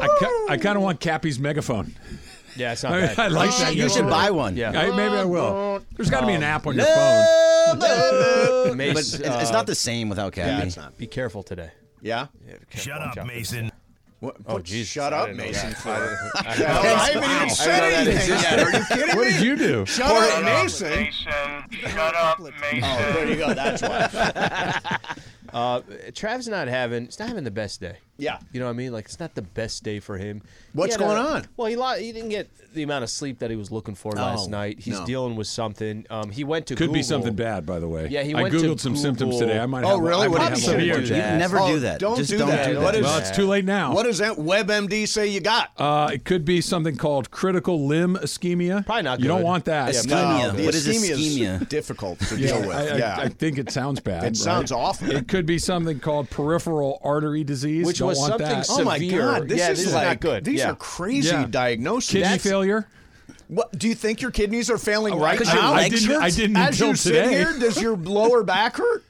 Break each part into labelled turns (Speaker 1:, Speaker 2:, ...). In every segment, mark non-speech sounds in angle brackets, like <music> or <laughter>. Speaker 1: I, I kind of want Cappy's megaphone.
Speaker 2: Yeah, it's not
Speaker 1: I,
Speaker 2: bad.
Speaker 1: I like
Speaker 3: You
Speaker 1: that.
Speaker 3: should
Speaker 1: yesterday.
Speaker 3: buy one.
Speaker 2: Yeah.
Speaker 1: I, maybe I will. There's got to be an app on your phone.
Speaker 3: Love, love.
Speaker 2: Mace,
Speaker 3: But it's,
Speaker 2: uh,
Speaker 3: it's not the same without Cappy.
Speaker 2: yeah,
Speaker 3: it's not.
Speaker 2: Be careful today.
Speaker 4: Yeah.
Speaker 5: Shut up, Mason.
Speaker 4: What, oh,
Speaker 2: Jesus,
Speaker 4: Shut
Speaker 2: I
Speaker 4: up,
Speaker 2: didn't know
Speaker 4: Mason.
Speaker 2: that.
Speaker 4: Flynn.
Speaker 2: I-
Speaker 4: I haven't even said anything yet. Are you kidding
Speaker 1: What
Speaker 4: me?
Speaker 1: did you do?
Speaker 4: Shut up, Mason.
Speaker 5: Shut up,
Speaker 4: Oh,
Speaker 5: Mason.
Speaker 4: there you go. That's why.
Speaker 2: <laughs> Trav's not having. He's not having the best day.
Speaker 4: Yeah.
Speaker 2: You know what I mean? Like it's not the best day for him. He
Speaker 4: What's
Speaker 2: had
Speaker 4: going
Speaker 2: a-
Speaker 4: on?
Speaker 2: Well, he lo- he didn't get the amount of sleep that he was looking for last night. He's
Speaker 4: Oh, no.
Speaker 2: dealing with something. Um, he went to
Speaker 1: Could be
Speaker 2: Google.
Speaker 1: something bad, by the way.
Speaker 2: Yeah, he
Speaker 1: I
Speaker 2: went to
Speaker 1: googled some symptoms
Speaker 2: Google.
Speaker 1: today. I might.
Speaker 4: Oh,
Speaker 1: have,
Speaker 4: really?
Speaker 1: I
Speaker 4: What
Speaker 1: might have
Speaker 4: did he
Speaker 1: a
Speaker 4: say?
Speaker 1: beer.
Speaker 4: Dude,
Speaker 3: You
Speaker 2: that.
Speaker 3: never
Speaker 4: Oh,
Speaker 3: do that.
Speaker 4: don't
Speaker 3: Just
Speaker 4: do
Speaker 3: don't
Speaker 4: that.
Speaker 3: do that.
Speaker 4: What is-
Speaker 1: Well, it's too late now.
Speaker 4: What does that WebMD say you got?
Speaker 1: Uh, it could be something called critical limb ischemia.
Speaker 2: Probably not
Speaker 1: You don't
Speaker 2: good.
Speaker 1: want that.
Speaker 3: Ischemia.
Speaker 4: the
Speaker 3: What is
Speaker 4: ischemia
Speaker 3: ischemia?
Speaker 4: is difficult to
Speaker 1: <laughs> Yeah,
Speaker 4: deal with.
Speaker 1: I, I-
Speaker 4: yeah.
Speaker 1: I think it sounds bad.
Speaker 4: it
Speaker 1: right?
Speaker 4: sounds awful.
Speaker 1: It could be something called peripheral artery disease.
Speaker 2: Which
Speaker 1: Don't
Speaker 2: was
Speaker 1: want
Speaker 2: something
Speaker 1: that.
Speaker 2: so-
Speaker 4: oh my
Speaker 2: severe.
Speaker 4: God! This
Speaker 2: Yeah,
Speaker 4: is
Speaker 2: this is
Speaker 4: like
Speaker 2: not good.
Speaker 4: These
Speaker 2: Yeah.
Speaker 4: are crazy
Speaker 1: Yeah.
Speaker 4: diagnoses.
Speaker 1: Kidney
Speaker 4: That's-
Speaker 1: failure.
Speaker 4: What do you think your kidneys are failing right
Speaker 3: Because your
Speaker 4: now?
Speaker 3: leg
Speaker 1: Oh, I didn't. I
Speaker 3: hurts?
Speaker 1: didn't
Speaker 4: As
Speaker 1: until
Speaker 4: you
Speaker 1: today.
Speaker 4: sit here,
Speaker 1: <laughs>
Speaker 4: does your lower back hurt?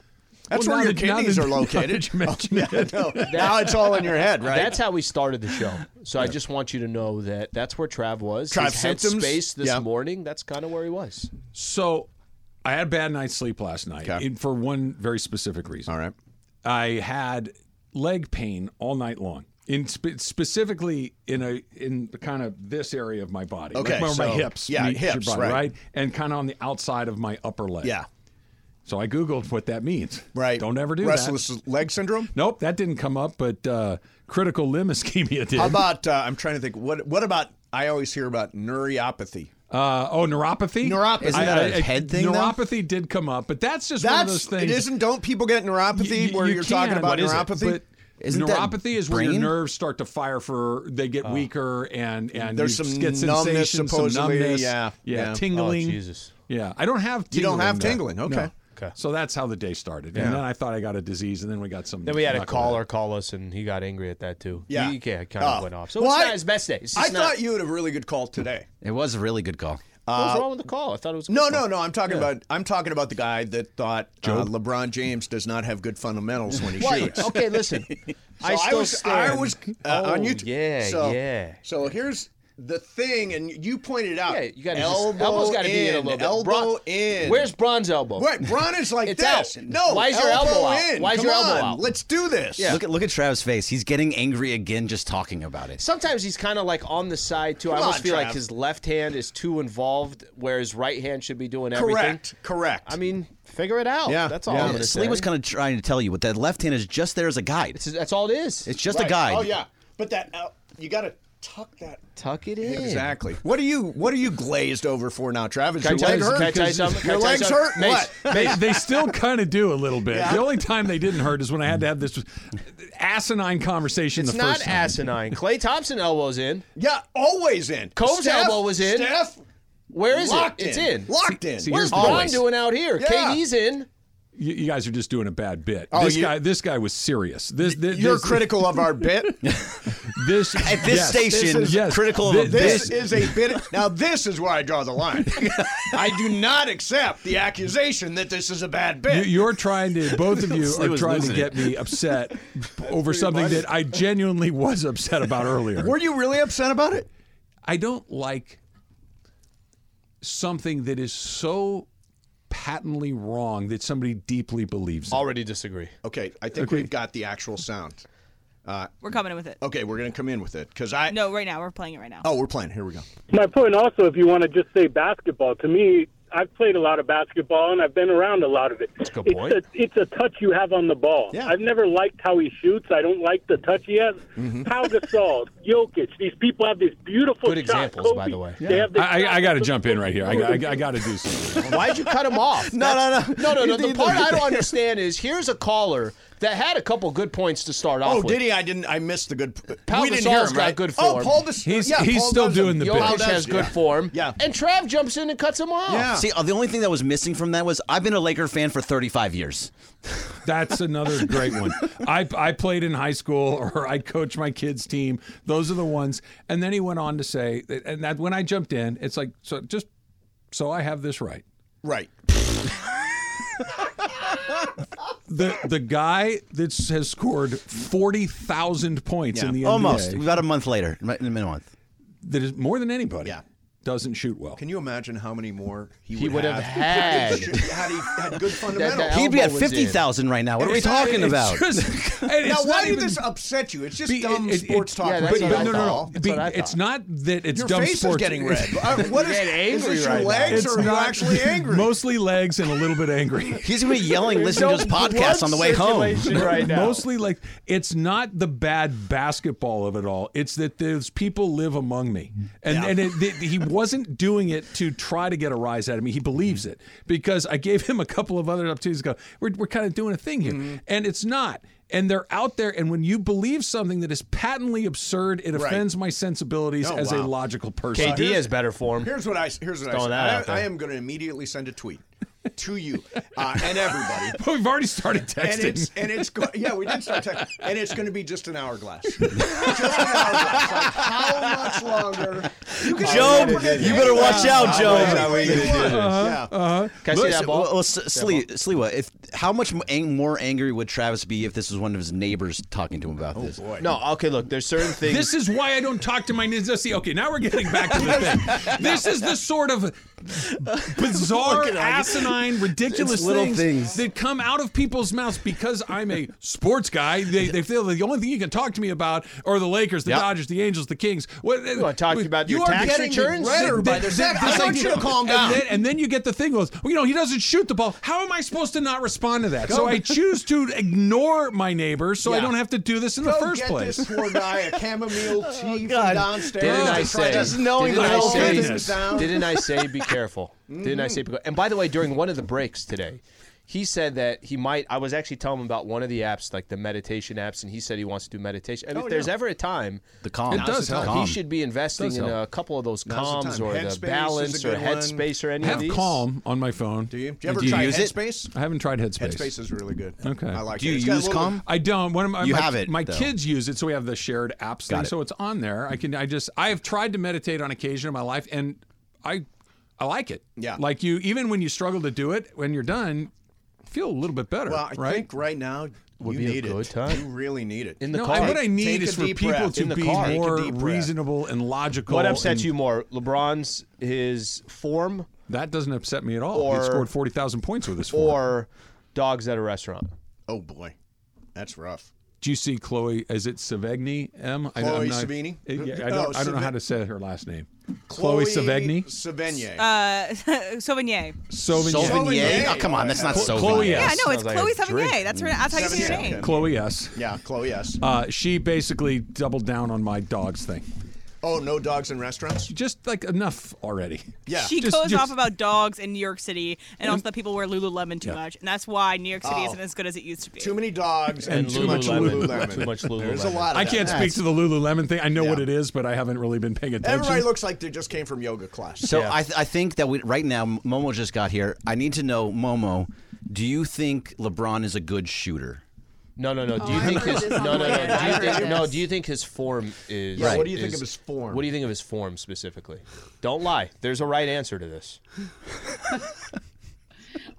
Speaker 4: That's
Speaker 1: Well,
Speaker 4: where
Speaker 1: now
Speaker 4: your
Speaker 1: that- now
Speaker 4: kidneys
Speaker 1: that-
Speaker 4: are
Speaker 1: <laughs> now that
Speaker 4: located.
Speaker 1: you mention
Speaker 4: Yeah,
Speaker 1: it. <laughs>
Speaker 4: no. <laughs> now it's all in your head, right?
Speaker 2: That's how we started the show. So I just want you to know that that's where Trav was.
Speaker 4: Trav
Speaker 2: His head
Speaker 4: symptoms?
Speaker 2: space this
Speaker 4: Yeah.
Speaker 2: morning. That's kind of where he was.
Speaker 1: So, I had a bad night's sleep last night
Speaker 4: Okay.
Speaker 1: and for one very specific reason.
Speaker 4: all right.
Speaker 1: I had leg pain all night long. In spe- specifically in a in the kind of this area of my body,
Speaker 4: Okay,
Speaker 1: like where my
Speaker 4: so-
Speaker 1: hips,
Speaker 4: yeah,
Speaker 1: meet your
Speaker 4: hips,
Speaker 1: body,
Speaker 4: right.
Speaker 1: and kind of on the outside of my upper leg.
Speaker 4: Yeah.
Speaker 1: So I googled what that means.
Speaker 4: Right.
Speaker 1: Don't ever do
Speaker 4: Restless
Speaker 1: that.
Speaker 4: leg syndrome.
Speaker 1: Nope, that didn't come up, but uh, critical limb ischemia did.
Speaker 4: How about uh, I'm trying to think. What what about? I always hear about neuropathy.
Speaker 1: uh, oh, neuropathy.
Speaker 4: Neuropathy. Isn't that
Speaker 3: a head thing, though?
Speaker 1: Neuropathy did come up, but that's just one of those
Speaker 4: That's
Speaker 1: things.
Speaker 4: it. Isn't don't people get neuropathy
Speaker 1: Y- y-
Speaker 4: where
Speaker 1: you
Speaker 4: are
Speaker 1: can,
Speaker 4: talking
Speaker 1: what
Speaker 4: about
Speaker 1: is it?
Speaker 4: neuropathy?
Speaker 1: But
Speaker 3: Isn't that
Speaker 1: neuropathy is where your
Speaker 3: brain?
Speaker 1: nerves start to fire for they get
Speaker 2: Oh.
Speaker 1: weaker and and
Speaker 4: There's
Speaker 1: you
Speaker 4: some
Speaker 1: get
Speaker 4: numbness,
Speaker 1: sensation, some
Speaker 4: supposedly.
Speaker 1: numbness,
Speaker 4: Yeah,
Speaker 1: yeah,
Speaker 4: yeah. Oh,
Speaker 1: tingling.
Speaker 2: Jesus.
Speaker 1: Yeah, I don't have
Speaker 4: You
Speaker 1: tingling.
Speaker 4: don't have
Speaker 1: though.
Speaker 4: tingling, okay.
Speaker 1: Okay. So that's how the day started, and then I thought I got a disease, and then we got some.
Speaker 2: Then we had a
Speaker 1: knucklehead.
Speaker 2: caller call us, and he got angry at that too.
Speaker 4: Yeah.
Speaker 2: he, yeah, kind of
Speaker 4: Oh.
Speaker 2: went off. So
Speaker 4: Well,
Speaker 2: it's
Speaker 4: I-
Speaker 2: not his best day. It's
Speaker 4: I
Speaker 2: just not-
Speaker 4: thought you had a really good call today.
Speaker 3: It was a really good call.
Speaker 2: What was wrong with the call? I thought it was a
Speaker 4: No,
Speaker 2: good
Speaker 4: no,
Speaker 2: call.
Speaker 4: no. I'm talking about I'm talking about the guy that thought uh, LeBron James does not have good fundamentals when he
Speaker 2: Wait,
Speaker 4: shoots.
Speaker 2: okay, listen. I
Speaker 4: Oh, So
Speaker 2: still
Speaker 4: was I
Speaker 2: stand.
Speaker 4: was uh,
Speaker 2: Oh,
Speaker 4: on YouTube.
Speaker 2: Yeah,
Speaker 4: so,
Speaker 2: yeah.
Speaker 4: So here's the thing, and you pointed
Speaker 2: <laughs>
Speaker 4: out.
Speaker 2: Yeah, you got
Speaker 4: elbow
Speaker 2: elbow's got
Speaker 4: got
Speaker 2: to
Speaker 4: in,
Speaker 2: be in a little bit.
Speaker 4: Elbow
Speaker 2: Bron-
Speaker 4: in.
Speaker 2: Where's Bron's elbow?
Speaker 4: Wait, Bron is like
Speaker 2: It's
Speaker 4: this.
Speaker 2: out.
Speaker 4: No,
Speaker 2: Why is your
Speaker 4: elbow,
Speaker 2: elbow out?
Speaker 4: in.
Speaker 2: Why is
Speaker 4: Come
Speaker 2: your elbow
Speaker 4: on,
Speaker 2: out?
Speaker 4: Let's do this.
Speaker 2: Yeah.
Speaker 3: Look at look at Trav's face. He's getting angry again just talking about it.
Speaker 2: Sometimes he's kind of like on the side too. I
Speaker 4: Come
Speaker 2: almost
Speaker 4: on,
Speaker 2: feel
Speaker 4: Trav.
Speaker 2: like his left hand is too involved, where his right hand should be doing everything.
Speaker 4: Correct. Correct.
Speaker 2: I mean, figure it out.
Speaker 4: Yeah,
Speaker 2: that's all.
Speaker 4: yeah.
Speaker 2: I'm gonna
Speaker 3: Oh, Slee
Speaker 2: say.
Speaker 3: was kind of trying to tell you, but that left hand is just there as a guide. It's,
Speaker 2: That's all it is.
Speaker 3: just
Speaker 4: Right.
Speaker 3: a guide.
Speaker 4: Oh yeah, but that el- you got to tuck that.
Speaker 2: tuck it in.
Speaker 4: Exactly. What are you What are you glazed over for now, Travis?
Speaker 2: Can I
Speaker 4: Your
Speaker 2: tell
Speaker 4: leg
Speaker 2: you- can I
Speaker 4: hurt.
Speaker 2: tell you something? Can I
Speaker 4: Your
Speaker 2: tell you
Speaker 4: legs
Speaker 2: something?
Speaker 4: hurt.
Speaker 2: Mace,
Speaker 1: <laughs>
Speaker 4: What?
Speaker 1: They, they still kind of do a little bit. The only time they didn't hurt is when I had to have this asinine conversation.
Speaker 2: It's
Speaker 1: the
Speaker 2: not
Speaker 1: first time.
Speaker 2: asinine. Clay Thompson elbows in.
Speaker 4: Yeah, always in.
Speaker 2: Cove's
Speaker 4: Steph-
Speaker 2: elbow was in.
Speaker 4: Steph,
Speaker 2: Where is
Speaker 4: locked
Speaker 2: it? It's
Speaker 4: in.
Speaker 2: in.
Speaker 4: Locked in.
Speaker 1: see, here's
Speaker 2: Where's Bron
Speaker 1: Always.
Speaker 2: doing out here?
Speaker 4: Yeah.
Speaker 2: KD's in.
Speaker 1: You, you guys are just doing a bad bit.
Speaker 4: Oh,
Speaker 1: this
Speaker 4: you-
Speaker 1: guy, this guy was serious. This, this
Speaker 4: <laughs> You're
Speaker 1: this,
Speaker 4: critical of our bit.
Speaker 2: <laughs>
Speaker 1: This
Speaker 3: <laughs> At this
Speaker 1: yes.
Speaker 3: station,
Speaker 1: This is- yes.
Speaker 3: critical of a
Speaker 1: Thi-
Speaker 4: This
Speaker 3: this,
Speaker 4: is a bit. Now, this is where I draw
Speaker 2: <laughs>
Speaker 4: the line. I do not accept the accusation that this is a bad bit.
Speaker 1: You- You're trying to, both of
Speaker 3: <laughs>
Speaker 1: you
Speaker 3: Slee
Speaker 1: are
Speaker 3: was
Speaker 1: trying to
Speaker 3: losing
Speaker 1: get
Speaker 3: it.
Speaker 1: me
Speaker 3: <laughs>
Speaker 1: upset over something that I genuinely was upset about earlier.
Speaker 4: Were you really upset about it?
Speaker 1: I don't like something that is so patently wrong that somebody deeply believes it.
Speaker 2: Already disagree.
Speaker 4: Okay, I think we've got the actual sound.
Speaker 6: We're coming with it.
Speaker 4: Okay, we're gonna come in with it because I.
Speaker 6: No, right now we're playing it right now.
Speaker 4: Oh, we're playing. Here we go.
Speaker 7: my point also, if you want to just say basketball, to me, I've played a lot of basketball and I've been around a lot of it.
Speaker 2: a good
Speaker 7: it's,
Speaker 2: point.
Speaker 7: A, it's a touch you have on the ball.
Speaker 4: Yeah.
Speaker 7: I've never liked how he shoots. I don't like the touch he has. Pau Gasol, Jokic, these people have these beautiful
Speaker 2: Mm-hmm. Good
Speaker 7: shots.
Speaker 2: examples,
Speaker 7: Kobe,
Speaker 2: by the way.
Speaker 7: They have the
Speaker 1: I, I, I got to
Speaker 7: shots.
Speaker 1: jump in right here. I, I, I got to do something.
Speaker 2: Why'd you cut him off?
Speaker 3: <laughs> No, no,
Speaker 2: That's-
Speaker 3: no.
Speaker 2: No, no, no.
Speaker 3: You
Speaker 2: The
Speaker 3: did
Speaker 2: part
Speaker 3: the-
Speaker 2: I don't understand is here's a caller that had a couple good points to start off
Speaker 4: Oh,
Speaker 2: with.
Speaker 4: did he? I didn't. I missed the good.
Speaker 2: Pau
Speaker 4: we
Speaker 2: Gasol's
Speaker 4: didn't hear him.
Speaker 2: got
Speaker 4: right?
Speaker 2: good
Speaker 4: Oh,
Speaker 2: form.
Speaker 4: Paul. Does,
Speaker 1: He's-
Speaker 4: yeah,
Speaker 1: he's
Speaker 4: Paul
Speaker 1: still
Speaker 4: does
Speaker 1: doing the
Speaker 4: it. Paul
Speaker 1: bit.
Speaker 2: Jokic
Speaker 4: does
Speaker 2: has
Speaker 4: it,
Speaker 2: good
Speaker 4: yeah.
Speaker 2: form.
Speaker 4: Yeah.
Speaker 2: And Trav jumps in and cuts him off.
Speaker 4: Yeah.
Speaker 3: See, uh, the only thing that was missing from that was I've been a Laker fan for 35 years.
Speaker 1: That's another great one. I, I played in high school or I coached my kids' team. Those are the ones. And then he went on to say, and that when I jumped in, it's like, so just so I have this right.
Speaker 4: Right.
Speaker 1: the the guy that has scored forty thousand points in the NBA,
Speaker 3: Almost. About a month later. In a month.
Speaker 1: that is more than anybody.
Speaker 8: Yeah.
Speaker 1: doesn't shoot well.
Speaker 8: Can you imagine how many more he,
Speaker 2: He
Speaker 8: would
Speaker 2: would
Speaker 8: <laughs>
Speaker 2: have
Speaker 8: had?
Speaker 2: had.
Speaker 8: had he had good fundamentals.
Speaker 2: that-
Speaker 3: He'd be at
Speaker 2: elbow was in.
Speaker 3: 50,000 right now. What are we
Speaker 1: It's not-
Speaker 3: talking
Speaker 1: it's
Speaker 3: about?
Speaker 1: <laughs> just- and it's
Speaker 8: now,
Speaker 1: not
Speaker 8: why
Speaker 1: even-
Speaker 8: did this upset you? It's just
Speaker 1: be-
Speaker 8: dumb
Speaker 1: it- it-
Speaker 8: sports talk.
Speaker 2: Yeah,
Speaker 8: with
Speaker 2: that's
Speaker 8: people.
Speaker 2: what I
Speaker 1: no, no, no.
Speaker 2: thought. That's
Speaker 1: Be-
Speaker 2: what I
Speaker 1: it's
Speaker 2: thought.
Speaker 1: not that it's
Speaker 8: Your
Speaker 1: dumb
Speaker 8: face
Speaker 1: sports.
Speaker 8: is getting
Speaker 1: <laughs>
Speaker 8: red.
Speaker 1: It's-
Speaker 8: Uh, what is,
Speaker 2: You're getting
Speaker 8: is
Speaker 2: angry
Speaker 8: this your
Speaker 2: right now.
Speaker 8: legs
Speaker 1: it's
Speaker 8: or are you
Speaker 1: not-
Speaker 8: actually
Speaker 1: <laughs>
Speaker 8: angry?
Speaker 1: Mostly legs and a little bit angry.
Speaker 8: <laughs>
Speaker 3: He's going to be yelling, listening to his
Speaker 2: No
Speaker 3: podcast on the way
Speaker 2: blood
Speaker 3: home.
Speaker 2: circulation Right now.
Speaker 1: Mostly like it's not the bad basketball of it all. It's that those people live among me, and and it, th- he wasn't doing it to try to get a rise out of me. He believes it because I gave him a couple of other opportunities. to Go, we're we're kind of doing a thing here,
Speaker 8: Mm-hmm.
Speaker 1: and it's not. And they're out there, and when you believe something that is patently absurd, it offends my sensibilities
Speaker 8: Oh,
Speaker 1: as a
Speaker 8: wow.
Speaker 1: logical person. <laughs>
Speaker 2: KD is better for him.
Speaker 8: Here's what I here's what I
Speaker 2: throwing
Speaker 8: say.
Speaker 2: that
Speaker 8: I,
Speaker 2: out there.
Speaker 8: I am going to immediately send a tweet to you uh, and everybody.
Speaker 1: But we've already started
Speaker 8: And
Speaker 1: texting.
Speaker 8: it's and it's go- yeah we did start texting and it's going to be just an hourglass. just an hourglass. Like, how much longer? uh, You can
Speaker 3: <laughs> Job,
Speaker 8: never get
Speaker 3: you
Speaker 8: any
Speaker 3: better
Speaker 8: of
Speaker 3: watch
Speaker 8: that.
Speaker 3: out,
Speaker 8: I
Speaker 3: Job.
Speaker 8: wish I wish
Speaker 3: Uh-huh,
Speaker 8: it was. Yeah.
Speaker 2: Can I see that
Speaker 3: Listen,
Speaker 2: ball?
Speaker 3: well, well, S- Slee- Sliwa, if how much mo- ang- more angry would Travis be if this was one of his neighbors talking to him about this?
Speaker 2: No, okay, look, there's certain things.
Speaker 1: This is why I don't talk to my ninja. See, okay, now we're getting back to the thing. This is the sort of bizarre, asinine, ridiculous
Speaker 3: It's little things.
Speaker 1: that come out of people's mouths because I'm a sports guy. They, they feel that the only thing you can talk to me about are the Lakers, the
Speaker 3: Yep.
Speaker 1: Dodgers, the Angels, the Kings. What, you
Speaker 2: wanna talk about your tax returns?
Speaker 8: Redder by their sex. I want you to calm down.
Speaker 1: And then, and then you get the thing goes, well, you know, he doesn't shoot the ball. How am I supposed to not respond to that? So I choose to ignore my neighbor so I
Speaker 8: Yeah.
Speaker 1: don't have to do this in
Speaker 8: Go
Speaker 1: the Uh, first
Speaker 8: get
Speaker 1: place. Oh,
Speaker 8: this poor guy a
Speaker 1: <laughs>
Speaker 8: chamomile tea from
Speaker 3: God.
Speaker 8: downstairs.
Speaker 2: Didn't
Speaker 8: and
Speaker 2: I
Speaker 8: try
Speaker 2: say?
Speaker 8: to-
Speaker 3: Just knowing
Speaker 2: didn't
Speaker 3: the
Speaker 2: I
Speaker 3: whole
Speaker 2: say-
Speaker 1: business.
Speaker 2: Didn't I
Speaker 3: <laughs>
Speaker 2: say be careful? Didn't I say? Be, and by the way, during one of the breaks today, he said that he might. I was actually telling him about one of the apps, like the meditation apps, and he said he wants to do meditation. And if there's ever a time,
Speaker 3: Oh, The calm.
Speaker 1: It does help.
Speaker 2: he should be investing in a couple of those
Speaker 8: Now's the
Speaker 2: calms
Speaker 8: time.
Speaker 2: or
Speaker 8: Headspace is
Speaker 2: the
Speaker 8: a
Speaker 2: balance or
Speaker 8: good one.
Speaker 2: headspace or any of
Speaker 1: have
Speaker 2: these.
Speaker 1: Calm on my phone.
Speaker 8: Do you? Do you ever
Speaker 3: Do you
Speaker 8: try
Speaker 3: use it?
Speaker 8: Headspace?
Speaker 1: I haven't tried Headspace.
Speaker 8: Headspace is really good.
Speaker 1: Okay.
Speaker 8: I like
Speaker 3: Do
Speaker 8: it.
Speaker 3: you
Speaker 8: It's got a
Speaker 3: use
Speaker 8: little-
Speaker 3: Calm?
Speaker 1: I don't. One of my,
Speaker 3: You
Speaker 1: my,
Speaker 3: have it,
Speaker 1: my
Speaker 3: though.
Speaker 1: kids use it, so we have the shared apps thing.
Speaker 3: it.
Speaker 1: So it's on there. I can. I just. I have tried to meditate on occasion in my life, and I, I like it.
Speaker 8: Yeah.
Speaker 1: Like you, even when you struggle to do it, when you're done, feel a little bit better.
Speaker 8: Well, uh, I
Speaker 1: right.
Speaker 8: think right now you
Speaker 2: be a
Speaker 8: need
Speaker 2: good
Speaker 8: it.
Speaker 2: time.
Speaker 8: You really need it.
Speaker 2: In the
Speaker 1: no,
Speaker 2: car.
Speaker 1: I, what I need
Speaker 8: Take a
Speaker 1: is for
Speaker 8: deep
Speaker 1: people
Speaker 8: breath.
Speaker 1: to
Speaker 8: In the
Speaker 1: be
Speaker 8: car. Take a
Speaker 1: more
Speaker 8: deep breath.
Speaker 1: reasonable and logical.
Speaker 2: What upsets
Speaker 1: and-
Speaker 2: you more, LeBron's his form
Speaker 1: That doesn't upset me at all. he
Speaker 2: Or-
Speaker 1: scored forty thousand points with this. Or
Speaker 2: or dogs at a restaurant?
Speaker 8: oh boy, that's rough.
Speaker 1: do you see Chloe? Is it Savegni? M. I- I'm
Speaker 8: Chloe
Speaker 1: not- eh,
Speaker 8: Savini?
Speaker 1: Yeah, I don't.
Speaker 8: Oh,
Speaker 1: I don't know
Speaker 8: Save-
Speaker 1: how to say her last name. Chloe, Savegni.
Speaker 8: Sevigny.
Speaker 6: Uh, Sauvignon.
Speaker 1: Sauvignon.
Speaker 3: Sauvignon. Oh, come on, that's not so.
Speaker 1: Chloe
Speaker 6: Yeah,
Speaker 1: S.
Speaker 6: no, it's
Speaker 2: Sounds like
Speaker 6: Chloe
Speaker 2: a drink.
Speaker 6: Sauvignon. That's her. That's how you say her
Speaker 8: Sauvignon,
Speaker 6: name.
Speaker 8: okay.
Speaker 1: Chloe S.
Speaker 8: yeah, Chloe. Yes.
Speaker 1: Uh, she basically doubled down on my dogs thing.
Speaker 8: oh, no dogs in restaurants.
Speaker 1: Just like enough already.
Speaker 8: Yeah.
Speaker 6: She
Speaker 1: Just-
Speaker 6: goes
Speaker 1: just-
Speaker 6: off about dogs in New York City and also that people wear Lululemon too
Speaker 1: Yeah.
Speaker 6: much, and that's why New York City
Speaker 8: Oh.
Speaker 6: isn't as good as it used to be.
Speaker 8: Too many dogs
Speaker 1: And
Speaker 8: and,
Speaker 1: too
Speaker 8: too much
Speaker 1: Lululemon.
Speaker 8: Lululemon.
Speaker 2: Too much
Speaker 8: There's a
Speaker 2: Lululemon.
Speaker 8: lot. Of
Speaker 1: I
Speaker 8: that.
Speaker 1: can't speak to the Lululemon thing. I know what it is, but I haven't really been paying attention.
Speaker 8: Everybody looks like they just came from yoga class.
Speaker 3: So I, th- I think that we, right now, Momo just got here. I need to know, Momo, do you think LeBron is a good shooter?
Speaker 2: No, no, no. Do you
Speaker 6: Oh, I
Speaker 2: think
Speaker 6: heard
Speaker 2: his
Speaker 6: this
Speaker 2: no,
Speaker 6: on
Speaker 2: no,
Speaker 6: the way.
Speaker 2: no? Do
Speaker 6: I
Speaker 2: you
Speaker 6: heard
Speaker 2: think no?
Speaker 6: this.
Speaker 2: Do you think his form is?
Speaker 8: Yeah, what do you think of
Speaker 2: is-
Speaker 8: his form?
Speaker 2: What do you think of his form specifically? Don't lie. There's a right answer to this.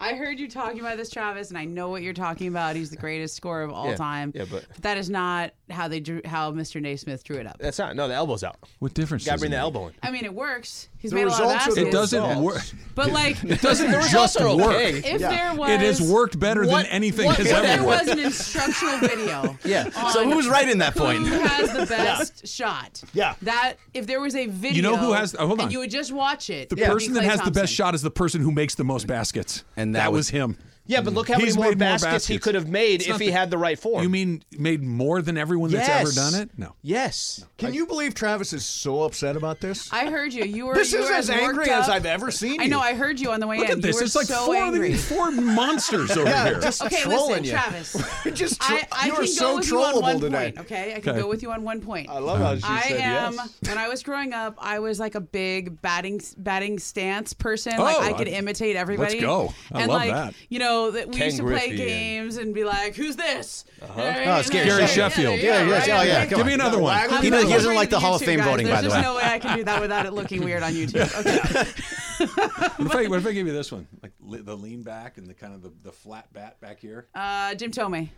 Speaker 9: I heard you talking about this, Travis, and I know what you're talking about. He's the greatest scorer of all
Speaker 2: Yeah,
Speaker 9: time.
Speaker 2: yeah, but-
Speaker 9: that is not how they drew how Mr. Naismith drew it up.
Speaker 2: That's not. No, the elbow's out.
Speaker 1: What difference?
Speaker 2: You gotta
Speaker 1: does
Speaker 2: bring the
Speaker 1: it
Speaker 2: elbow in.
Speaker 9: I mean, it works. He's
Speaker 8: The
Speaker 9: made a lot of
Speaker 8: results are
Speaker 9: baskets.
Speaker 8: the
Speaker 1: make? It doesn't
Speaker 8: Results.
Speaker 1: work.
Speaker 9: But like,
Speaker 1: It <laughs> doesn't
Speaker 2: The results
Speaker 1: just
Speaker 2: are
Speaker 1: work.
Speaker 2: okay.
Speaker 9: if there was,
Speaker 1: It has worked better
Speaker 9: What-
Speaker 1: than anything
Speaker 9: what
Speaker 1: has
Speaker 9: if
Speaker 1: ever
Speaker 9: there
Speaker 1: worked.
Speaker 9: was an instructional
Speaker 1: <laughs>
Speaker 9: video?
Speaker 2: Yeah.
Speaker 3: So
Speaker 9: on
Speaker 3: who's right in that point?
Speaker 9: Who has the best shot?
Speaker 8: Yeah.
Speaker 9: That if there was a video,
Speaker 1: who has- oh, hold on.
Speaker 9: And you would just watch it.
Speaker 1: The person that has the best shot is the person who makes the most baskets,
Speaker 3: And that
Speaker 1: was
Speaker 3: was-
Speaker 1: him.
Speaker 2: Yeah, but look how
Speaker 1: He's
Speaker 2: many more
Speaker 1: made more
Speaker 2: baskets, he
Speaker 1: baskets.
Speaker 2: could have made
Speaker 1: It's
Speaker 2: if
Speaker 1: not
Speaker 2: he
Speaker 1: the-
Speaker 2: had the right form.
Speaker 1: You mean made more than everyone that's ever
Speaker 2: Yes.
Speaker 1: done it? No.
Speaker 9: Oh,
Speaker 2: Yes.
Speaker 8: Can you believe Travis is so upset about this?
Speaker 9: I heard you. You were.
Speaker 8: this
Speaker 9: you
Speaker 8: is
Speaker 9: were
Speaker 8: as angry
Speaker 9: worked
Speaker 8: as
Speaker 9: up.
Speaker 8: I've ever seen.
Speaker 9: I know.
Speaker 8: you.
Speaker 9: I heard you on the way
Speaker 1: Look
Speaker 9: in.
Speaker 1: at this.
Speaker 9: You were
Speaker 1: It's like
Speaker 9: so
Speaker 1: four
Speaker 9: angry.
Speaker 1: <laughs> four monsters
Speaker 2: <laughs>
Speaker 1: over here.
Speaker 8: Yeah, just
Speaker 9: Okay,
Speaker 8: trolling
Speaker 9: listen,
Speaker 8: you.
Speaker 9: Travis.
Speaker 8: You're just tro-
Speaker 9: I, I
Speaker 8: you
Speaker 9: can
Speaker 8: are
Speaker 9: go
Speaker 8: so
Speaker 9: with you on
Speaker 8: trollable
Speaker 9: one
Speaker 8: today.
Speaker 9: point. Okay, I can
Speaker 1: Okay.
Speaker 9: go with you on one point.
Speaker 8: I love how she
Speaker 9: I
Speaker 8: said
Speaker 9: am.
Speaker 4: <laughs>
Speaker 8: yes.
Speaker 9: When I was growing up, I was like a big batting batting stance person.
Speaker 1: Oh,
Speaker 9: like I could
Speaker 1: I-
Speaker 9: imitate everybody.
Speaker 1: go. I
Speaker 9: and
Speaker 1: love
Speaker 9: like,
Speaker 1: that.
Speaker 9: You know, So that we
Speaker 2: Ken
Speaker 9: used to play
Speaker 2: Griffey and-
Speaker 9: games and be like, "Who's this?"
Speaker 3: Oh, it's Gary
Speaker 1: Gary
Speaker 3: Sheffield.
Speaker 1: Sheffield.
Speaker 3: Yeah, yeah,
Speaker 9: right?
Speaker 4: oh,
Speaker 3: yeah, yeah,
Speaker 9: Like,
Speaker 3: come
Speaker 1: Give
Speaker 3: on.
Speaker 1: me another one.
Speaker 9: I'm
Speaker 3: He
Speaker 9: not
Speaker 3: doesn't- he doesn't
Speaker 9: referring
Speaker 3: like the
Speaker 9: to
Speaker 3: Hall of
Speaker 9: YouTube,
Speaker 3: Fame
Speaker 9: guys.
Speaker 3: voting, by
Speaker 9: There's
Speaker 3: the
Speaker 9: just
Speaker 3: way.
Speaker 9: no way I can do that without it looking weird on YouTube. Okay.
Speaker 1: What if, I, what if I give you this one? Like li- the lean back and the kind of the, the flat bat back here.
Speaker 9: Uh, Jim Tomei.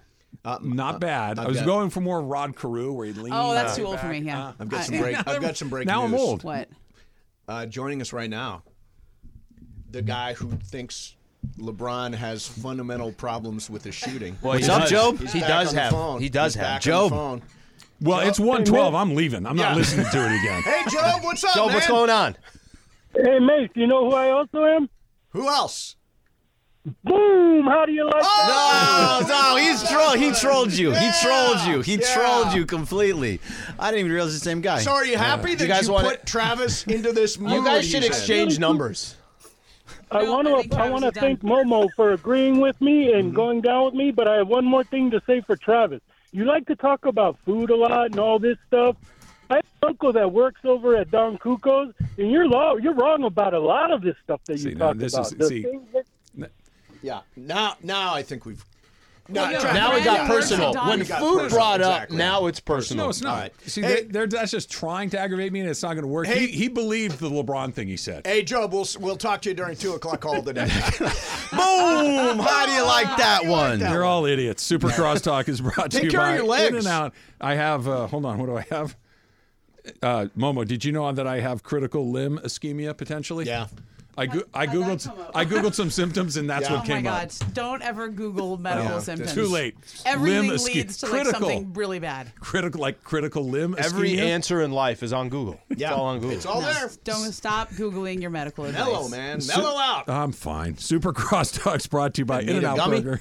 Speaker 1: Uh, Not bad. I was going for more Rod Carew where he leaned.
Speaker 9: Oh, that's too old for me. Yeah.
Speaker 1: Ah.
Speaker 8: I've got some
Speaker 9: I-
Speaker 8: break. I've got some breaking
Speaker 1: Now I'm
Speaker 8: news.
Speaker 1: old.
Speaker 9: What?
Speaker 8: Uh, joining us right now, the guy who thinks LeBron has fundamental problems with his shooting.
Speaker 2: Well,
Speaker 3: What's
Speaker 2: he
Speaker 3: up,
Speaker 2: does.
Speaker 3: Job?
Speaker 8: He's
Speaker 2: He
Speaker 8: back
Speaker 2: does
Speaker 8: on the
Speaker 2: have.
Speaker 8: phone.
Speaker 2: He does
Speaker 8: He's
Speaker 2: have.
Speaker 8: back on
Speaker 3: Job.
Speaker 8: the phone.
Speaker 1: Well, it's 112. I'm leaving. I'm not listening to it
Speaker 2: <laughs>
Speaker 1: again. <laughs>
Speaker 8: Hey, Job, what's up,
Speaker 2: Job,
Speaker 8: man?
Speaker 2: what's going on?
Speaker 7: Hey, mate, you know who I also am?
Speaker 8: Who else?
Speaker 7: Boom! How do you like
Speaker 1: Oh,
Speaker 7: that?
Speaker 3: No, no, he's troll. He trolled you. He trolled you. He
Speaker 8: Yeah.
Speaker 3: trolled you completely. I didn't even realize it's the same guy.
Speaker 8: So are you happy that you,
Speaker 2: guys wanna-
Speaker 8: put Travis into this mood?
Speaker 2: You guys should
Speaker 8: he's in?
Speaker 3: <laughs>
Speaker 2: exchange numbers.
Speaker 7: I
Speaker 9: No,
Speaker 7: want
Speaker 9: I think
Speaker 7: to. I
Speaker 9: Travis
Speaker 7: want to
Speaker 9: is done.
Speaker 7: thank Momo for agreeing with me and
Speaker 1: Mm-hmm.
Speaker 7: going down with me. But I have one more thing to say for Travis. You like to talk about food a lot and all this stuff. I have an uncle that works over at Don Cuco's, and you're lo- you're wrong about a lot of this stuff that
Speaker 1: See,
Speaker 7: you
Speaker 1: now
Speaker 7: talk
Speaker 1: this
Speaker 7: about.
Speaker 1: is-
Speaker 7: The
Speaker 1: see-
Speaker 7: things that-
Speaker 8: Yeah. Now, now I think we've.
Speaker 9: Well, no,
Speaker 8: Travis-
Speaker 2: Now it
Speaker 9: Brandon works
Speaker 2: got
Speaker 9: at
Speaker 2: personal.
Speaker 9: Dom's.
Speaker 2: When
Speaker 8: It got
Speaker 2: food
Speaker 8: personal,
Speaker 2: brought up,
Speaker 8: exactly.
Speaker 2: now it's personal.
Speaker 1: No, it's not.
Speaker 8: All right.
Speaker 1: See,
Speaker 8: Hey-
Speaker 1: they they're, that's just trying to aggravate me, and it's not going to work.
Speaker 8: Hey-
Speaker 1: he, he believed the LeBron thing he said.
Speaker 8: Hey, Job, we'll we'll talk to you during two o'clock all the day.
Speaker 3: Boom! How do you like that one?
Speaker 1: You're all idiots. Super Crosstalk is brought to
Speaker 8: Take
Speaker 1: you
Speaker 8: care of
Speaker 1: by
Speaker 8: your legs.
Speaker 1: In and Out. I have. Uh, hold on. What do I have? Uh, Momo, did you know that I have critical limb ischemia potentially?
Speaker 8: Yeah.
Speaker 1: I go- I
Speaker 9: that
Speaker 1: googled
Speaker 9: come up?
Speaker 1: I googled some symptoms and that's
Speaker 8: Yeah.
Speaker 1: what
Speaker 9: Oh my
Speaker 1: came
Speaker 9: God!
Speaker 1: up.
Speaker 9: Don't ever
Speaker 1: <laughs>
Speaker 9: Google medical
Speaker 8: Yeah.
Speaker 9: symptoms.
Speaker 1: Too late.
Speaker 9: Everything
Speaker 1: Limb ischem-
Speaker 9: leads to like
Speaker 1: critical,
Speaker 9: something really bad.
Speaker 1: critical, like critical limb.
Speaker 2: Every
Speaker 1: ischemia.
Speaker 2: answer in life is on Google.
Speaker 8: Yeah.
Speaker 2: It's all on Google.
Speaker 8: <laughs> It's all there.
Speaker 9: Don't stop googling your medical advice.
Speaker 8: Mellow, man. Mellow
Speaker 1: <laughs>
Speaker 8: out.
Speaker 1: I'm fine. Super <laughs> Crosstalk's brought to you by
Speaker 8: Need a
Speaker 1: In-N-Out
Speaker 8: gummy?
Speaker 1: Burger.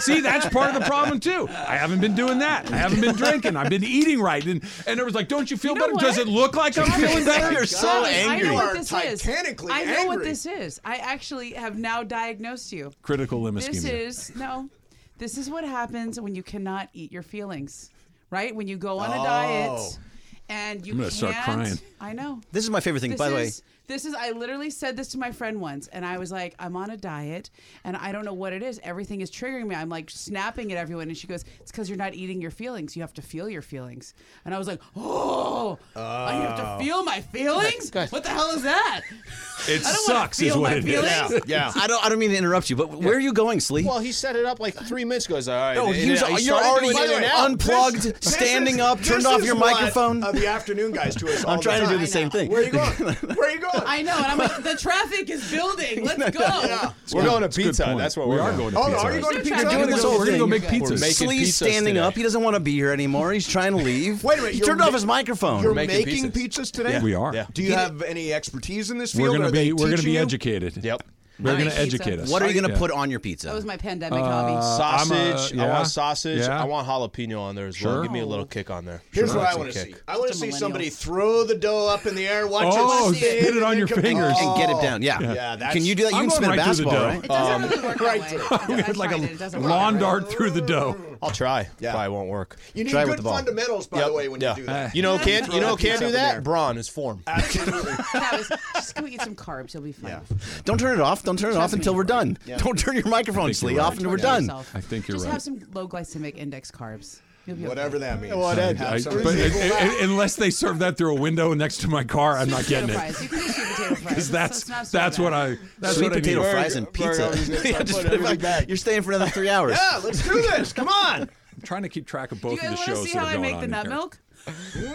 Speaker 1: See, that's part of the problem too. I haven't been doing that. I haven't been drinking. I've been eating right, and and it was like, don't you feel
Speaker 9: know
Speaker 1: better? Does
Speaker 9: what?
Speaker 1: it look
Speaker 9: <laughs>
Speaker 1: like I'm feeling better?
Speaker 3: You're so
Speaker 9: Travis, I
Speaker 3: angry.
Speaker 9: know what
Speaker 8: You
Speaker 9: this
Speaker 8: are
Speaker 9: is.
Speaker 8: titanically
Speaker 9: I know what
Speaker 8: angry.
Speaker 9: this is. I actually have now diagnosed you.
Speaker 1: Critical limb
Speaker 9: This
Speaker 1: ischemia.
Speaker 9: is no. This is what happens when you cannot eat your feelings, right? When you go on a
Speaker 8: Oh.
Speaker 9: diet and you
Speaker 1: I'm gonna
Speaker 9: can't.
Speaker 1: start crying.
Speaker 9: I know.
Speaker 3: This is my favorite thing,
Speaker 9: This
Speaker 3: by the way.
Speaker 9: is, This is. I literally said this to my friend once, and I was like, "I'm on a diet, and I don't know what it is. Everything is triggering me. I'm like snapping at everyone." And she goes, "It's because you're not eating your feelings. You have to feel your feelings." And I was like, "Oh, I have to feel my feelings. What the hell is that? I
Speaker 1: It
Speaker 9: don't wanna
Speaker 1: sucks, is
Speaker 9: feel
Speaker 1: what
Speaker 9: my
Speaker 1: it is.
Speaker 9: feelings.
Speaker 2: <laughs>
Speaker 8: Yeah.
Speaker 3: I don't. I don't mean to interrupt you, but where are you going, Slee?
Speaker 2: Well, he set it up like three minutes ago. He's like, all right.
Speaker 3: No,
Speaker 2: and- and
Speaker 3: he's-
Speaker 2: I
Speaker 3: you're
Speaker 2: started
Speaker 3: already
Speaker 2: doing it
Speaker 3: doing it
Speaker 2: now.
Speaker 3: Unplugged,
Speaker 8: This- this
Speaker 3: standing
Speaker 8: is-
Speaker 3: up,
Speaker 8: this
Speaker 3: turned off
Speaker 8: is
Speaker 3: your
Speaker 8: what,
Speaker 3: microphone.
Speaker 8: uh, the afternoon guys to us. all
Speaker 3: I'm
Speaker 8: the
Speaker 3: trying to do
Speaker 8: time.
Speaker 3: the same thing.
Speaker 8: Where are you going? Where are you going?
Speaker 9: I know." And I'm like, "The traffic is building. Let's go."
Speaker 2: We're going to
Speaker 1: It's a good
Speaker 2: Pizza. Hut.
Speaker 1: point.
Speaker 2: That's what
Speaker 1: We
Speaker 2: we're
Speaker 1: are going to
Speaker 8: Oh,
Speaker 1: pizza.
Speaker 8: are you going
Speaker 1: Hut.
Speaker 8: to
Speaker 9: You're
Speaker 8: pizza?
Speaker 9: trying
Speaker 8: Hut?
Speaker 9: to
Speaker 3: You're doing this whole
Speaker 1: We're gonna go
Speaker 3: thing.
Speaker 1: make
Speaker 9: You're
Speaker 2: good.
Speaker 1: pizzas.
Speaker 2: Make- Making
Speaker 3: Slee's
Speaker 2: pizzas
Speaker 3: standing
Speaker 2: today.
Speaker 3: up. He doesn't want to be here anymore. He's trying to leave.
Speaker 8: Wait a minute,
Speaker 3: He
Speaker 8: you're
Speaker 3: turned off
Speaker 8: ma-
Speaker 3: his microphone.
Speaker 8: You're
Speaker 2: Making
Speaker 8: making pizzas,
Speaker 2: pizzas.
Speaker 8: today.
Speaker 1: We are.
Speaker 2: Yeah.
Speaker 8: Do you have any expertise in this
Speaker 1: We're
Speaker 8: field?
Speaker 1: gonna
Speaker 8: Are they
Speaker 1: be we're gonna
Speaker 8: teaching
Speaker 1: be
Speaker 8: you?
Speaker 1: educated.
Speaker 2: Yep.
Speaker 1: We're gonna
Speaker 9: Nice.
Speaker 1: educate us.
Speaker 3: what are you going to
Speaker 1: Yeah.
Speaker 3: put on your pizza?
Speaker 9: That was my pandemic hobby.
Speaker 2: Uh,
Speaker 1: Uh, I'm a-
Speaker 2: Sausage. I
Speaker 1: yeah,
Speaker 2: want sausage.
Speaker 1: yeah.
Speaker 2: I want jalapeno on there as well.
Speaker 1: Sure.
Speaker 2: Give me a little kick on there.
Speaker 8: Here's
Speaker 1: Sure.
Speaker 8: what I
Speaker 1: Some
Speaker 8: want to see.
Speaker 2: kick.
Speaker 8: I want to
Speaker 9: Such a
Speaker 8: see somebody
Speaker 9: millennial.
Speaker 8: throw the dough up in the air, watch
Speaker 1: Oh,
Speaker 8: it spin,
Speaker 1: spit it
Speaker 8: and
Speaker 1: on
Speaker 8: then
Speaker 1: your
Speaker 8: come-
Speaker 1: fingers.
Speaker 3: and get it down. Yeah.
Speaker 1: Yeah.
Speaker 8: Oh. Yeah, that's-
Speaker 3: Can you do that? You
Speaker 1: I'm
Speaker 3: can spin a
Speaker 1: going right through the
Speaker 3: basketball,
Speaker 1: dough.
Speaker 3: right?
Speaker 9: It doesn't really work
Speaker 8: right
Speaker 9: that way. I
Speaker 1: It's like
Speaker 9: tried it. It
Speaker 1: a
Speaker 9: doesn't work
Speaker 1: lawn
Speaker 9: that way.
Speaker 1: dart through the dough.
Speaker 2: I'll try.
Speaker 8: Yeah.
Speaker 2: Probably won't work.
Speaker 8: You need
Speaker 3: Try it with
Speaker 8: good
Speaker 3: the ball.
Speaker 8: fundamentals, by the way, when
Speaker 2: yeah.
Speaker 8: you do that.
Speaker 2: You know, who can't you
Speaker 8: Throw
Speaker 2: know, who
Speaker 8: that
Speaker 2: can't
Speaker 8: piece up
Speaker 2: do
Speaker 8: in there.
Speaker 2: that. Braun is form.
Speaker 8: Absolutely.
Speaker 9: Travis, just go eat some carbs. You'll be fine.
Speaker 3: Don't turn it off. Don't turn it off
Speaker 9: me.
Speaker 3: until we're done. Don't turn your microphone, Slee, off until we're
Speaker 9: Torture
Speaker 3: done.
Speaker 9: yourself.
Speaker 1: I think you're
Speaker 9: just
Speaker 1: right.
Speaker 9: have some low glycemic index carbs. You'll be
Speaker 8: Whatever
Speaker 9: okay.
Speaker 8: that means.
Speaker 1: I-
Speaker 8: Have
Speaker 1: but
Speaker 8: some
Speaker 1: it-
Speaker 8: people
Speaker 1: it-
Speaker 8: laugh.
Speaker 1: unless they serve that through a window next to my car, I'm not
Speaker 9: Potato
Speaker 1: getting it. <laughs>
Speaker 9: fries. You can do sweet potato fries. It's-
Speaker 1: That's
Speaker 9: it's not so
Speaker 1: that's
Speaker 9: bad.
Speaker 1: what I that's
Speaker 3: Sweet
Speaker 1: what
Speaker 3: potato
Speaker 1: I need.
Speaker 3: fries and pizza.
Speaker 2: <laughs> Burger, burger,
Speaker 3: Yeah, just
Speaker 2: put
Speaker 3: put it
Speaker 2: everything
Speaker 3: back.
Speaker 2: back.
Speaker 3: You're staying for another three hours.
Speaker 8: Yeah, let's do this. Come on.
Speaker 1: I'm trying to keep track of
Speaker 9: You
Speaker 1: both of the
Speaker 9: guys want to
Speaker 1: shows
Speaker 9: see
Speaker 1: that
Speaker 9: how
Speaker 1: are
Speaker 9: I
Speaker 1: going
Speaker 9: make
Speaker 1: on
Speaker 9: the
Speaker 1: in
Speaker 9: nut
Speaker 1: here.
Speaker 9: milk?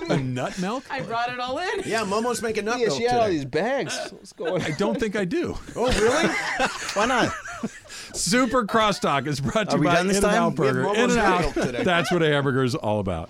Speaker 1: A nut milk?
Speaker 9: <laughs> I brought it all in.
Speaker 8: Yeah, Momo's making nut milk
Speaker 2: she had all
Speaker 8: today.
Speaker 2: these bags. What's going
Speaker 1: I
Speaker 2: on?
Speaker 1: don't think I do.
Speaker 8: Oh, really?
Speaker 3: <laughs> Why not?
Speaker 1: Super Crosstalk is brought to
Speaker 3: Are
Speaker 1: you
Speaker 3: we
Speaker 1: by
Speaker 3: done this
Speaker 1: In-N-Out
Speaker 3: time?
Speaker 1: Burger.
Speaker 8: We have
Speaker 1: In-N-Out.
Speaker 8: almost nut milk today.
Speaker 1: That's what a hamburger is all about.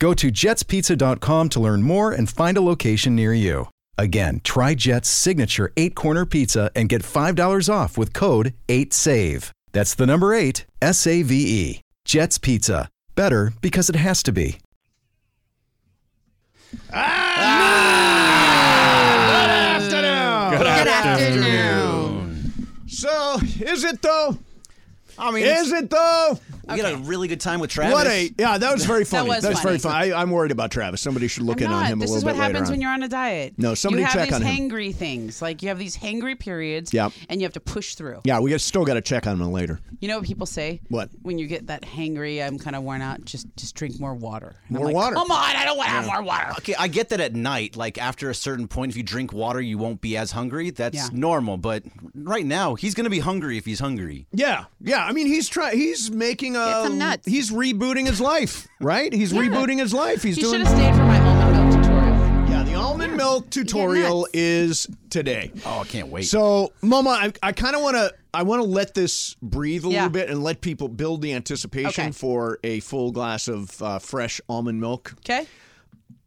Speaker 10: Go to jetspizza.com to learn more and find a location near you. Again, try Jet's signature eight corner pizza and get $5 off with code 8SAVE. That's the number eight, S A V E. Jet's Pizza. Better because it has to be.
Speaker 4: afternoon.
Speaker 10: Good afternoon.
Speaker 4: So, is it though?
Speaker 3: I mean,
Speaker 4: is it though?
Speaker 3: We had a really good time with Travis.
Speaker 4: What a yeah, that was very
Speaker 9: That
Speaker 4: funny.
Speaker 9: was
Speaker 4: That's very
Speaker 9: funny.
Speaker 4: funny. I, I'm worried about Travis. Somebody should look
Speaker 9: I'm
Speaker 4: in
Speaker 9: not.
Speaker 4: on him
Speaker 9: this
Speaker 4: a little
Speaker 9: is what
Speaker 4: bit
Speaker 9: happens
Speaker 4: later
Speaker 9: when
Speaker 4: on.
Speaker 9: you're on a diet.
Speaker 4: No, somebody
Speaker 9: you have
Speaker 4: check
Speaker 9: these
Speaker 4: on him.
Speaker 9: hangry things. Like you have these hangry periods.
Speaker 4: Yep.
Speaker 9: And you have to push through.
Speaker 4: Yeah, we still got to check on him later.
Speaker 9: You know what people say?
Speaker 4: What?
Speaker 9: When you get that hangry, I'm kind of worn out. Just just drink more water. And I'm
Speaker 4: More
Speaker 9: like,
Speaker 4: water.
Speaker 9: Come on, I don't want to have more water.
Speaker 3: Okay, I get that at night. Like after a certain point, if you drink water, you won't be as hungry. That's
Speaker 9: Yeah.
Speaker 3: normal. But right now, he's going to be hungry if he's hungry.
Speaker 4: Yeah, yeah. I mean, he's trying. He's making a.
Speaker 11: some nuts.
Speaker 4: He's rebooting his life, right? He's rebooting his life. He's
Speaker 9: You should
Speaker 4: doing.
Speaker 9: have stayed for my almond milk tutorial.
Speaker 4: yeah, the almond milk tutorial is today.
Speaker 3: Oh, I can't wait.
Speaker 4: So, Mama, I, I kind of want to. I want to let this breathe a
Speaker 9: Yeah.
Speaker 4: little bit and let people build the anticipation
Speaker 9: Okay.
Speaker 4: for a full glass of uh, fresh almond milk.
Speaker 9: Okay.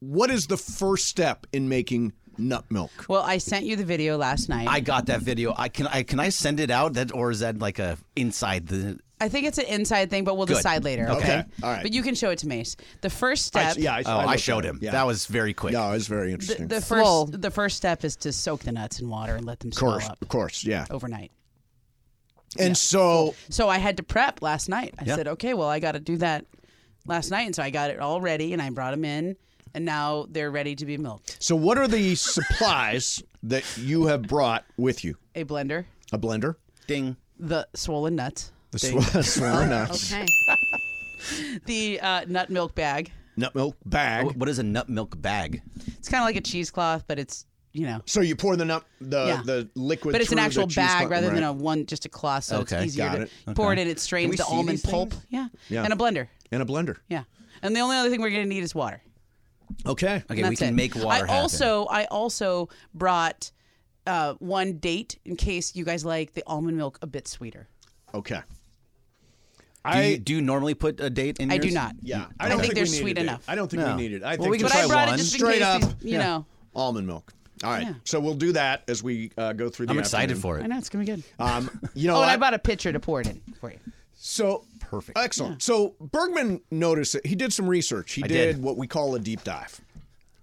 Speaker 4: What is the first step in making nut milk?
Speaker 9: Well, I sent you the video last night.
Speaker 3: I got that video. I can I can I send it out? That or is that like a inside the?
Speaker 9: I think it's an inside thing, but we'll decide later. Okay.
Speaker 4: Okay. All right.
Speaker 9: But you can show it to Mace. The first
Speaker 4: I-
Speaker 9: step.
Speaker 4: yeah, I,
Speaker 3: Oh, I,
Speaker 4: looked
Speaker 3: showed
Speaker 4: at it.
Speaker 3: him.
Speaker 4: Yeah.
Speaker 3: That was very quick.
Speaker 4: Yeah, it was very
Speaker 9: The,
Speaker 4: interesting.
Speaker 9: the
Speaker 4: of
Speaker 9: first
Speaker 11: Whoa.
Speaker 9: the first step is to soak the nuts in water and let them swell
Speaker 4: course,
Speaker 9: up
Speaker 4: of course, yeah.
Speaker 9: overnight.
Speaker 4: And so,
Speaker 9: So I had to prep last night. I
Speaker 3: Yeah.
Speaker 9: said, okay, well, I got to do that last night, and so I got it all ready, and I brought them in, and now they're ready to be milked.
Speaker 4: so what are the supplies that you have brought with you?
Speaker 9: A blender,
Speaker 4: A blender,
Speaker 3: Ding.
Speaker 9: the swollen nuts,
Speaker 4: the <laughs> sw-
Speaker 9: <laughs>
Speaker 4: swan nuts,
Speaker 11: Okay.
Speaker 9: the uh, nut milk bag.
Speaker 4: nut milk bag.
Speaker 3: Wh- What is a nut milk bag?
Speaker 9: It's kind of like a cheesecloth, but it's you know,
Speaker 4: So you pour the nut, the
Speaker 9: Yeah.
Speaker 4: the liquid.
Speaker 9: but it's an
Speaker 4: through the
Speaker 9: actual
Speaker 4: cheese
Speaker 9: bag
Speaker 4: cup,
Speaker 9: rather than
Speaker 4: right.
Speaker 9: a one just a cloth, so
Speaker 3: Okay,
Speaker 9: it's easier
Speaker 4: got
Speaker 9: to
Speaker 4: it.
Speaker 9: pour it in. It strains
Speaker 3: we
Speaker 9: the
Speaker 3: see
Speaker 9: almond
Speaker 3: these
Speaker 9: pulp.
Speaker 3: things?
Speaker 9: Yeah.
Speaker 4: Yeah.
Speaker 9: and a blender.
Speaker 4: and a blender.
Speaker 9: Yeah, and the only other thing we're gonna need is water.
Speaker 4: Okay.
Speaker 3: Okay, we
Speaker 9: That's
Speaker 3: can
Speaker 9: it.
Speaker 3: make water
Speaker 9: I
Speaker 3: happen.
Speaker 9: also I also brought uh, one date in case you guys like the almond milk a bit sweeter.
Speaker 4: Okay.
Speaker 3: do you,
Speaker 4: I
Speaker 3: do you normally put a date in?
Speaker 9: I do
Speaker 3: yours?
Speaker 9: not.
Speaker 4: yeah.
Speaker 9: I
Speaker 4: I don't
Speaker 9: think
Speaker 4: we
Speaker 9: they're
Speaker 4: need
Speaker 9: sweet
Speaker 4: it.
Speaker 9: enough.
Speaker 4: I don't think
Speaker 3: No.
Speaker 4: we need it. I
Speaker 3: Well,
Speaker 4: think
Speaker 3: we can
Speaker 4: just
Speaker 9: But I
Speaker 3: try
Speaker 9: brought
Speaker 3: one.
Speaker 9: it just in
Speaker 4: Straight
Speaker 9: case
Speaker 4: up.
Speaker 9: these- you
Speaker 4: Yeah.
Speaker 9: know.
Speaker 4: almond milk. All right.
Speaker 9: Yeah.
Speaker 4: So we'll do that as we uh, go through the.
Speaker 3: I'm excited
Speaker 4: afternoon.
Speaker 3: for
Speaker 9: I
Speaker 3: it.
Speaker 9: know it's gonna be good.
Speaker 3: Uh,
Speaker 4: Um, you know,
Speaker 9: <laughs> Oh, and
Speaker 4: I,
Speaker 9: I bought a pitcher to pour it in for you.
Speaker 4: so perfect. Excellent. So Bergman noticed that he did some research. He did,
Speaker 3: did.
Speaker 4: what we call a deep dive,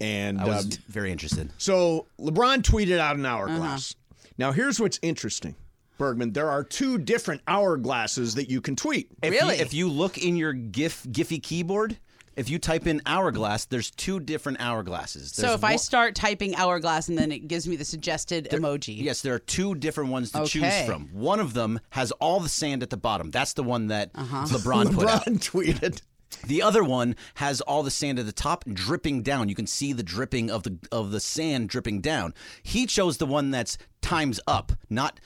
Speaker 4: and
Speaker 3: I was
Speaker 4: um,
Speaker 3: very interested.
Speaker 4: So LeBron tweeted out an hourglass.
Speaker 3: Uh-huh.
Speaker 4: Now here's what's interesting, Bergman. There are two different hourglasses that you can tweet.
Speaker 3: If
Speaker 9: Really?
Speaker 3: You, if you look in your GIF Giphy keyboard, if you type in hourglass, there's two different hourglasses.
Speaker 9: So
Speaker 3: There's
Speaker 9: if I
Speaker 3: one-
Speaker 9: start typing hourglass and then it gives me the suggested emoji.
Speaker 3: Yes, there are two different ones to
Speaker 9: Okay.
Speaker 3: choose from. One of them has all the sand at the bottom. That's the one that
Speaker 9: Uh-huh.
Speaker 3: LeBron put
Speaker 4: LeBron <laughs>
Speaker 3: out.
Speaker 4: tweeted.
Speaker 3: The other one has all the sand at the top dripping down. You can see the dripping of the of the sand dripping down. He chose the one that's times up, not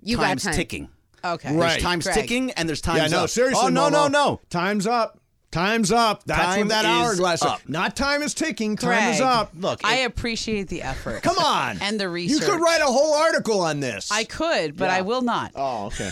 Speaker 11: You got
Speaker 3: times
Speaker 11: time.
Speaker 3: ticking.
Speaker 9: Okay.
Speaker 4: Right.
Speaker 3: There's times
Speaker 9: Greg.
Speaker 3: ticking and there's
Speaker 4: Yeah,
Speaker 3: times
Speaker 4: no,
Speaker 3: up.
Speaker 4: seriously.
Speaker 3: Oh no, no,
Speaker 4: Momo. <laughs>
Speaker 3: no.
Speaker 4: Time's up. Time's up. That's
Speaker 3: Time
Speaker 4: what that
Speaker 3: is
Speaker 4: hourglass. is.
Speaker 3: up.
Speaker 4: Not time is ticking. Time is
Speaker 9: Greg,
Speaker 4: up.
Speaker 3: Look,
Speaker 9: I
Speaker 3: it-
Speaker 9: appreciate the effort.
Speaker 4: <laughs> Come on.
Speaker 9: And the
Speaker 4: You
Speaker 9: research.
Speaker 4: could write a whole article on this.
Speaker 9: I could, but I will not.
Speaker 4: Oh, okay.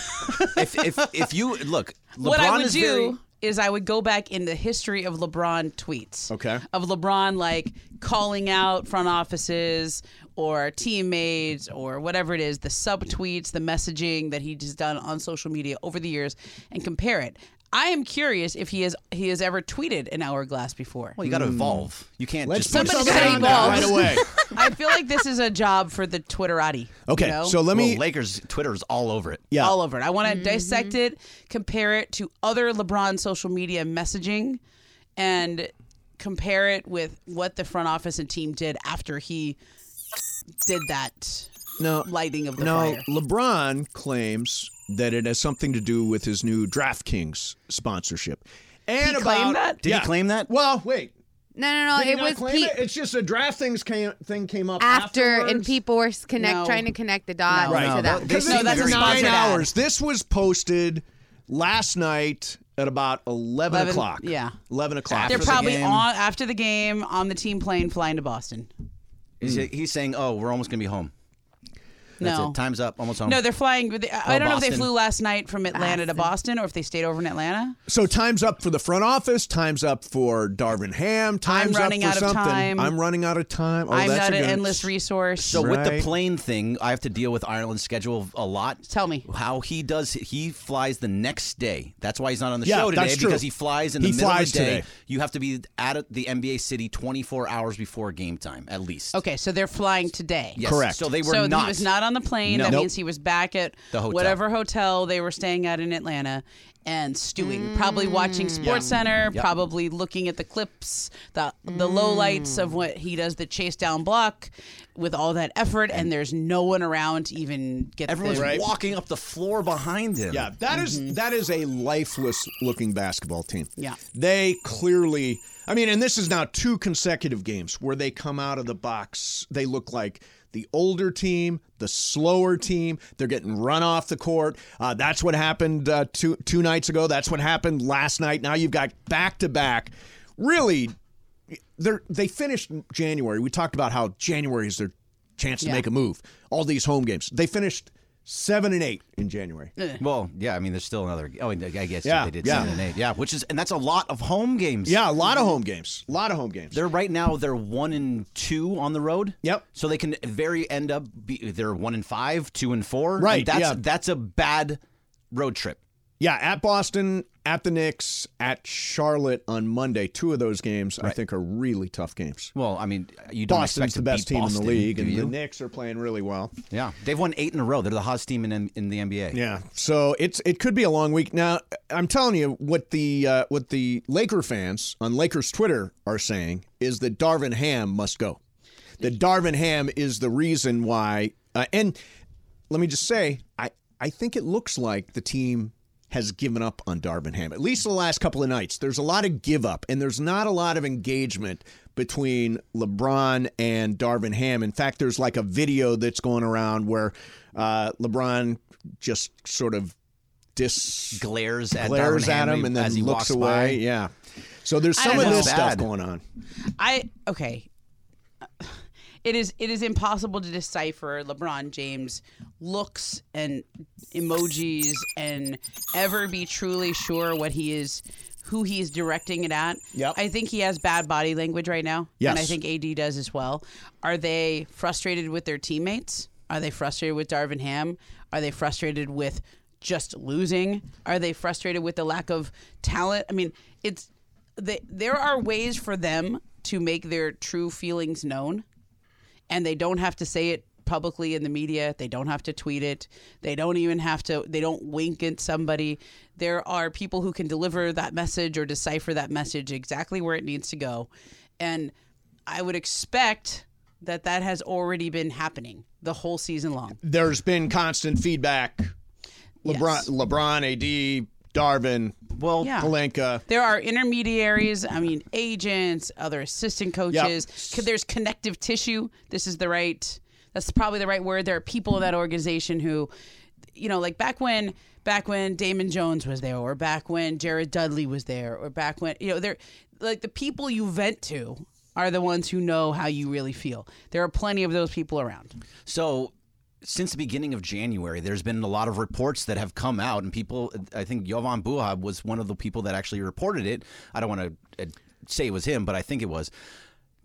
Speaker 3: if, if if you look, LeBron
Speaker 9: what I would
Speaker 3: is
Speaker 9: do
Speaker 3: very-
Speaker 9: is I would go back in the history of LeBron tweets.
Speaker 4: Okay.
Speaker 9: Of LeBron like calling out front offices or teammates or whatever it is, the subtweets, the messaging that he has done on social media over the years, and compare it. I am curious if he has he has ever tweeted an hourglass before.
Speaker 3: Well, you got to evolve. You can't
Speaker 4: Hmm. Let's
Speaker 3: just
Speaker 4: put
Speaker 9: Somebody
Speaker 4: something
Speaker 9: say
Speaker 4: on that right
Speaker 9: balls.
Speaker 3: <laughs>
Speaker 4: away.
Speaker 9: I feel like this is a job for the Twitterati.
Speaker 4: Okay.
Speaker 9: you know?
Speaker 4: So let me.
Speaker 3: Well, Lakers Twitter is all over it.
Speaker 4: yeah.
Speaker 9: all over it. I want to
Speaker 12: Mm-hmm.
Speaker 9: dissect it, compare it to other LeBron social media messaging, and compare it with what the front office and team did after he did that
Speaker 4: No.
Speaker 9: lighting of the
Speaker 4: Now,
Speaker 9: fire.
Speaker 4: LeBron claims that it has something to do with his new DraftKings sponsorship. And
Speaker 9: He
Speaker 4: about
Speaker 9: claimed that?
Speaker 3: Did he claim that?
Speaker 4: Well, wait.
Speaker 12: No, no, no.
Speaker 8: Did he
Speaker 12: Uh, it
Speaker 8: not
Speaker 12: was
Speaker 8: claim
Speaker 12: pe-
Speaker 8: it? It's just a draft things came thing came up
Speaker 12: after, and
Speaker 8: afterwards?
Speaker 12: people were s- connect
Speaker 8: No.
Speaker 12: trying to connect the dots
Speaker 8: Right.
Speaker 12: to
Speaker 8: No,
Speaker 12: that.
Speaker 8: Because
Speaker 12: No, that's a
Speaker 4: nine
Speaker 12: sponsored ad.
Speaker 4: hours. This was posted last night at about 11,
Speaker 9: 11
Speaker 4: o'clock.
Speaker 9: yeah.
Speaker 4: 11 o'clock.
Speaker 9: They're probably on after the game on the team plane flying to Boston.
Speaker 4: Hmm.
Speaker 3: Is he- he's saying, "Oh, we're almost gonna be home." That's
Speaker 9: No.
Speaker 3: it. Time's up. Almost home.
Speaker 9: No, they're flying. They, I
Speaker 3: Oh,
Speaker 9: don't know if they
Speaker 3: Boston.
Speaker 9: flew last night from Atlanta to Boston or if they stayed over in Atlanta.
Speaker 4: So time's up for the front office. Time's up for Darvin Ham. Time's
Speaker 9: running
Speaker 4: up
Speaker 9: out
Speaker 4: for
Speaker 9: of
Speaker 4: something.
Speaker 9: time.
Speaker 4: I'm running out of time. Oh,
Speaker 9: I'm
Speaker 4: that's
Speaker 9: not
Speaker 4: a
Speaker 9: an
Speaker 4: good-
Speaker 9: endless resource.
Speaker 3: So with the plane thing, I have to deal with Ireland's schedule a lot.
Speaker 9: Tell me
Speaker 3: how he does. He flies the next day. That's why he's not on the
Speaker 4: Yeah,
Speaker 3: show today
Speaker 4: that's true.
Speaker 3: because he flies in the
Speaker 4: He
Speaker 3: middle
Speaker 4: flies
Speaker 3: of the day.
Speaker 4: today.
Speaker 3: You have to be at the NBA city 24 hours before game time at least.
Speaker 9: Okay, so they're flying today.
Speaker 3: Yes, Correct. so they were
Speaker 9: So
Speaker 3: not-
Speaker 9: he was not on the plane.
Speaker 3: No.
Speaker 9: That
Speaker 3: Nope.
Speaker 9: means he was back at
Speaker 3: The hotel.
Speaker 9: whatever hotel they were staying at in Atlanta and stewing, probably watching
Speaker 3: Mm.
Speaker 9: Sports
Speaker 6: Yeah.
Speaker 9: Center,
Speaker 6: Yep.
Speaker 9: probably looking at the clips, the the low lights of what he does, the chase down block, with all that effort, and there's no one around to even get.
Speaker 4: Everyone's
Speaker 9: the,
Speaker 4: Right. walking
Speaker 3: up the floor behind him.
Speaker 4: Yeah, that is that is a lifeless looking basketball team.
Speaker 9: Yeah.
Speaker 4: They clearly I mean, and this is now two consecutive games where they come out of the box. They look like the older team, the slower team. They're getting run off the court. Uh, that's what happened uh, two two nights ago. That's what happened last night. Now you've got back to back, really. They're, they finished January. We talked about how January is their chance to
Speaker 3: Yeah.
Speaker 4: make a move. All these home games. They finished seven and eight in January.
Speaker 3: Well, yeah, I mean, there's still another. Oh, I guess
Speaker 4: Yeah,
Speaker 3: they did
Speaker 4: yeah.
Speaker 3: seven and eight. Yeah, which is and that's a lot of home games.
Speaker 4: Yeah, a lot of home games. A lot of home games.
Speaker 3: They're right now they're one and two on the road.
Speaker 4: Yep.
Speaker 3: So they can very end up be, they're one and five, two and four. and
Speaker 4: Right,
Speaker 3: that's
Speaker 4: yeah.
Speaker 3: that's a bad road trip.
Speaker 4: Yeah, at Boston, at the Knicks, at Charlotte on Monday. Two of those games I think are really tough games.
Speaker 3: Well, I mean, you don't
Speaker 4: Boston's
Speaker 3: expect to
Speaker 4: the best
Speaker 3: beat
Speaker 4: team in
Speaker 3: Boston,
Speaker 4: the league,
Speaker 3: do
Speaker 4: and the
Speaker 3: you?
Speaker 4: Knicks are playing really well.
Speaker 3: Yeah, they've won eight in a row. They're the hottest team in in the NBA.
Speaker 4: Yeah, so it's it could be a long week. Now I'm telling you what the uh, what the Laker fans on Lakers Twitter are saying is that Darvin Ham must go. That Darvin Ham is the reason why. Uh, and let me just say, I I think it looks like the team has given up on Darvin Ham. At least the last couple of nights, there's a lot of give up, and there's not a lot of engagement between LeBron and Darvin Ham. In fact, there's like a video that's going around where uh, LeBron just sort of dis
Speaker 3: glares at
Speaker 4: glares
Speaker 3: Darvin
Speaker 4: at
Speaker 3: Ham
Speaker 4: him and then
Speaker 3: as he walks
Speaker 4: looks away.
Speaker 3: by.
Speaker 4: Yeah. So there's
Speaker 9: I
Speaker 4: some
Speaker 9: don't
Speaker 4: of
Speaker 9: know.
Speaker 4: this
Speaker 9: It's
Speaker 4: stuff
Speaker 9: bad.
Speaker 4: going on.
Speaker 9: I okay. <sighs> It is it is impossible to decipher LeBron James looks and emojis and ever be truly sure what he is who he is directing it at.
Speaker 6: Yep.
Speaker 9: I think he has bad body language right now.
Speaker 6: Yes.
Speaker 9: And I think AD does as well. Are they frustrated with their teammates? Are they frustrated with Darvin Ham? Are they frustrated with just losing? Are they frustrated with the lack of talent? I mean, it's they, there are ways for them to make their true feelings known and they don't have to say it publicly in the media they don't have to tweet it they don't even have to they don't wink at somebody there are people who can deliver that message or decipher that message exactly where it needs to go and i would expect that that has already been happening the whole season long
Speaker 4: There's been constant feedback. LeBron, LeBron, AD, Darvin, well,
Speaker 9: Yeah.
Speaker 4: Palenka.
Speaker 9: There are intermediaries, I mean, agents, other assistant coaches. Co- There's connective tissue. This is the right, that's probably the right word. There are people in that organization who, you know, like back when, back when Damon Jones was there, or back when Jared Dudley was there, or back when, you know, they're like the people you vent to are the ones who know how you really feel. There are plenty of those people around.
Speaker 3: So, since the beginning of January, there's been a lot of reports that have come out, and people, I think Jovan Buhab was one of the people that actually reported it. I don't want to uh, say it was him, but I think it was.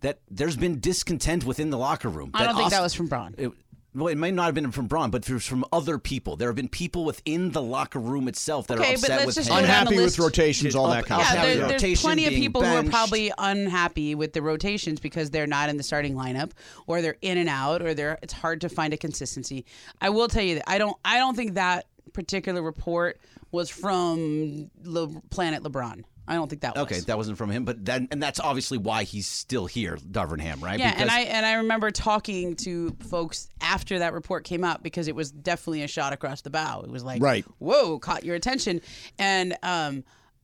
Speaker 3: That there's been discontent within the locker room.
Speaker 9: I don't think that
Speaker 3: Aust-
Speaker 9: was from Braun.
Speaker 3: it, well, it might not have been from Braun, but it was from other people. There have been people within the locker room itself that
Speaker 9: Okay,
Speaker 3: are
Speaker 9: but
Speaker 3: upset
Speaker 9: let's
Speaker 3: with
Speaker 9: just
Speaker 3: him.
Speaker 9: go down the Unhappy with list.
Speaker 4: rotations, all that kind of
Speaker 9: Yeah,
Speaker 4: stuff.
Speaker 9: there- there's
Speaker 3: rotation,
Speaker 9: plenty of
Speaker 3: being
Speaker 9: people who are
Speaker 3: benched.
Speaker 9: probably unhappy with the rotations because they're not in the starting lineup, or they're in and out, or they're it's hard to find a consistency. I will tell you that I don't I don't think that particular report was from Le- Planet LeBron. I don't think that was.
Speaker 3: Okay, that wasn't from him, but then and that's obviously why he's still here, Darvin Ham, right?
Speaker 9: Yeah, and
Speaker 3: Because-
Speaker 9: I and I remember talking to folks after that report came out because it was definitely a shot across the bow. It was like,
Speaker 4: Right.
Speaker 9: whoa, caught your attention, and um,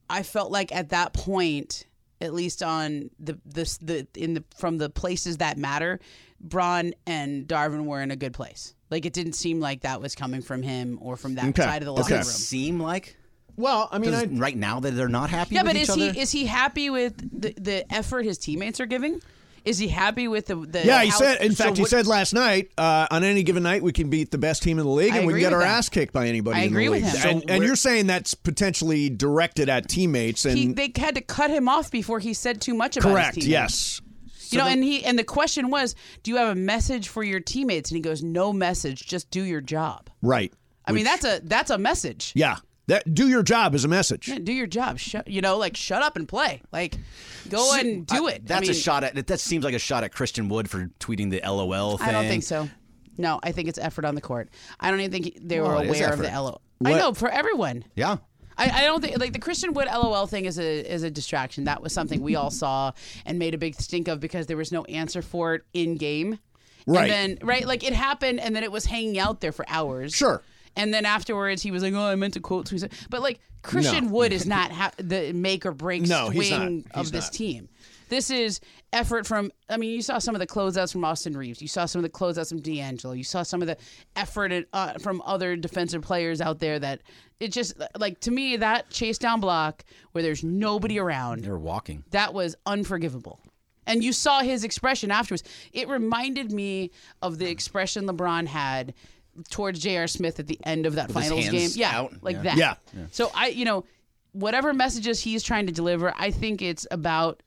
Speaker 9: I felt like at that point, at least on the this the in the from the places that matter, Braun and Darvin were in a good place. Like it didn't seem like that was coming from him or from that
Speaker 3: Okay.
Speaker 9: side of the
Speaker 3: Does
Speaker 9: locker
Speaker 3: it
Speaker 9: room.
Speaker 3: seem like?
Speaker 4: Well, I mean,
Speaker 3: Does-
Speaker 4: I-
Speaker 3: right now that they're not happy.
Speaker 9: Yeah,
Speaker 3: with
Speaker 9: but
Speaker 3: each
Speaker 9: is
Speaker 3: other?
Speaker 9: he is he happy with the, the effort his teammates are giving? Is he happy with the, the
Speaker 4: yeah, he
Speaker 9: how-
Speaker 4: said. In
Speaker 9: so
Speaker 4: fact, he
Speaker 9: what-
Speaker 4: said last night, uh, on any given night, we can beat the best team in the league,
Speaker 9: I
Speaker 4: and we can
Speaker 9: agree
Speaker 4: get
Speaker 9: with
Speaker 4: our
Speaker 9: that.
Speaker 4: ass kicked by anybody.
Speaker 9: I
Speaker 4: in the
Speaker 9: agree with
Speaker 4: league.
Speaker 9: him. So
Speaker 4: And, and you're saying that's potentially directed at teammates, and
Speaker 9: he, they had to cut him off before he said too much about
Speaker 4: correct,
Speaker 9: his teammates.
Speaker 4: yes.
Speaker 9: You know, and he and the question was, do you have a message for your teammates? And he goes, no message, just do your job.
Speaker 4: Right.
Speaker 9: I mean, that's a that's a message.
Speaker 4: yeah. That do your job is a message.
Speaker 9: Yeah, do your job. Shut, you know, like shut up and play. Like, go and do
Speaker 3: I-
Speaker 9: it. I
Speaker 3: That's a
Speaker 9: mean,
Speaker 3: shot at. That seems like a shot at Christian Wood for tweeting the LOL thing.
Speaker 9: I don't think so. No, I think it's effort on the court. I don't even think they were
Speaker 3: Well, it is
Speaker 9: aware of the
Speaker 3: effort.
Speaker 9: LO. I
Speaker 3: What-
Speaker 9: know for everyone.
Speaker 3: Yeah.
Speaker 9: I, I don't think like the Christian Wood LOL thing is a is a distraction. That was something we all
Speaker 4: Mm-hmm.
Speaker 9: saw and made a big stink of because there was no answer for it in game.
Speaker 4: Right.
Speaker 9: And then right, like it happened and then it was hanging out there for hours.
Speaker 4: Sure.
Speaker 9: And then afterwards he was like, Oh, I meant to quote Susan. But like Christian
Speaker 4: No. <laughs>
Speaker 9: Wood is not ha- the make or break
Speaker 4: No, he's not.
Speaker 9: swing
Speaker 4: He's
Speaker 9: of this
Speaker 4: not.
Speaker 9: team. This is effort from. I mean, you saw some of the closeouts from Austin Reeves. You saw some of the closeouts from D'Angelo. You saw some of the effort at, uh, from other defensive players out there. That it just like to me that chase down block where there's nobody around.
Speaker 3: They're walking.
Speaker 9: That was unforgivable. And you saw his expression afterwards. It reminded me of the expression LeBron had towards J.R. Smith at the end of that
Speaker 3: With his
Speaker 9: finals game.
Speaker 3: hands
Speaker 9: Yeah,
Speaker 3: out.
Speaker 9: like
Speaker 3: Yeah.
Speaker 9: that.
Speaker 3: Yeah. Yeah.
Speaker 9: So I, you know, whatever messages he's trying to deliver, I think it's about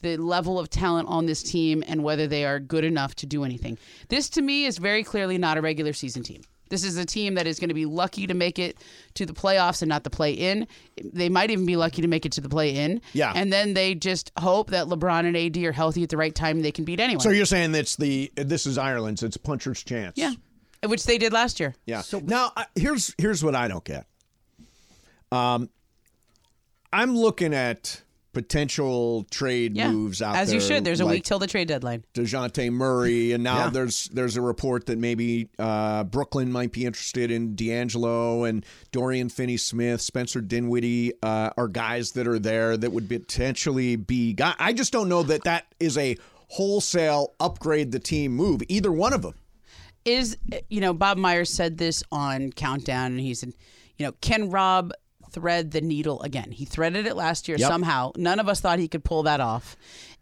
Speaker 9: the level of talent on this team and whether they are good enough to do anything. This to me is very clearly not a regular season team. This is a team that is going to be lucky to make it to the playoffs and not the play in. They might even be lucky to make it to the play in.
Speaker 4: Yeah.
Speaker 9: And then they just hope that LeBron and AD are healthy at the right time and they can beat anyone.
Speaker 4: So you're saying that's the this is Ireland's. It's puncher's chance.
Speaker 9: Yeah. Which they did last year.
Speaker 4: Yeah. So now I, here's here's what I don't get. Um, I'm looking at potential trade
Speaker 9: Yeah.
Speaker 4: moves out
Speaker 9: As
Speaker 4: there.
Speaker 9: you should. There's a
Speaker 4: like
Speaker 9: week till the trade deadline.
Speaker 4: Dejounte Murray, and now
Speaker 9: Yeah.
Speaker 4: there's there's a report that maybe uh, Brooklyn might be interested in D'Angelo and Dorian Finney-Smith, Spencer Dinwiddie uh, are guys that are there that would potentially be. Guy- I just don't know that that is a wholesale upgrade the team move. Either one of them.
Speaker 9: is you know Bob Myers said this on Countdown, and he said, you know, can Rob thread the needle again? He threaded it last year
Speaker 12: Yep.
Speaker 9: somehow. None of us thought he could pull that off,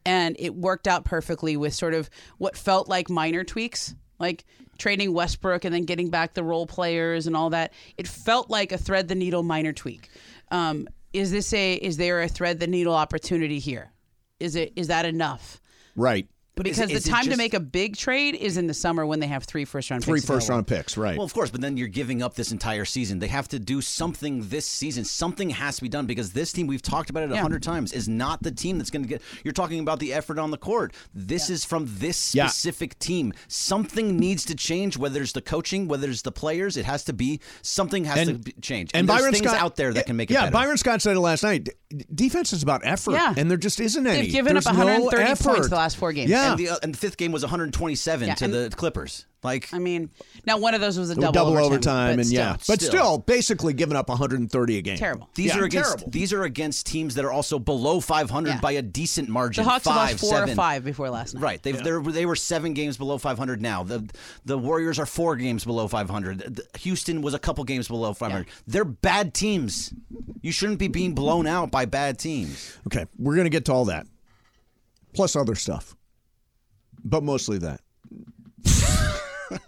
Speaker 9: and it worked out perfectly with sort of what felt like minor tweaks. Like trading Westbrook and then getting back the role players and all that, it felt like a thread the needle minor tweak. Um, is this a is there a thread the needle opportunity here? Is it is that enough?
Speaker 4: Right.
Speaker 9: because the time to make a big trade is in the summer when they have three first round picks available.
Speaker 4: picks, right?
Speaker 3: Well, of course, but then you're giving up this entire season. They have to do something this season. Something has to be done because this team we've talked about it a
Speaker 9: Yeah.
Speaker 3: hundred times is not the team that's going to get. You're talking about the effort on the court. This is from this
Speaker 4: Yeah.
Speaker 3: specific team. Something needs to change. Whether it's the coaching, whether it's the players, it has to be something has to be, change. And, there's things out there that can make it
Speaker 4: yeah,
Speaker 3: better.
Speaker 4: Byron Scott said it last night. D- defense is about effort,
Speaker 3: Yeah.
Speaker 4: and there just isn't any.
Speaker 9: They've given up
Speaker 4: There's no
Speaker 9: 130 points
Speaker 4: effort.
Speaker 9: the last four games.
Speaker 4: Yeah,
Speaker 3: and the, uh, and the fifth game was 127
Speaker 9: Yeah,
Speaker 3: to
Speaker 9: and-
Speaker 3: the Clippers. Like
Speaker 9: I mean, now one of those was a double,
Speaker 4: overtime,
Speaker 9: but
Speaker 4: and
Speaker 9: still.
Speaker 4: yeah, but still, basically giving up 130 a game.
Speaker 3: These
Speaker 4: Yeah.
Speaker 3: are against
Speaker 4: terrible.
Speaker 3: these are against teams that are also below 500 by a decent margin.
Speaker 9: the Hawks
Speaker 3: five,
Speaker 9: lost four
Speaker 3: seven.
Speaker 9: or five before last night.
Speaker 3: Right, they they're they were seven games below 500 now. The the Warriors are four games below 500. The- the- Houston was a couple games below 500. They're bad teams. You shouldn't be being blown out by bad teams.
Speaker 4: Okay, we're gonna get to all that, plus other stuff, but mostly that. <laughs>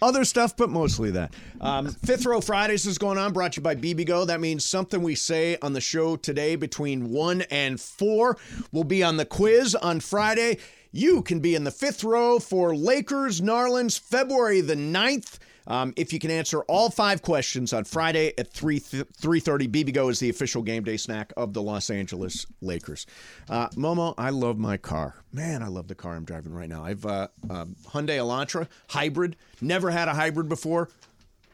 Speaker 4: Other stuff, but mostly that. Um, Fifth Row Fridays is going on, brought to you by BBGO. That means something we say on the show today between 1 and 4 will be on the quiz on Friday. You can be in the fifth row for Lakers Narlands February the 9th. Um, if you can answer all five questions on Friday at 3 th- 3.30, BBGO is the official game day snack of the Los Angeles Lakers. Uh, Momo, I love my car. Man, I love the car I'm driving right now. I've uh, um, Hyundai Elantra, hybrid. Never had a hybrid before.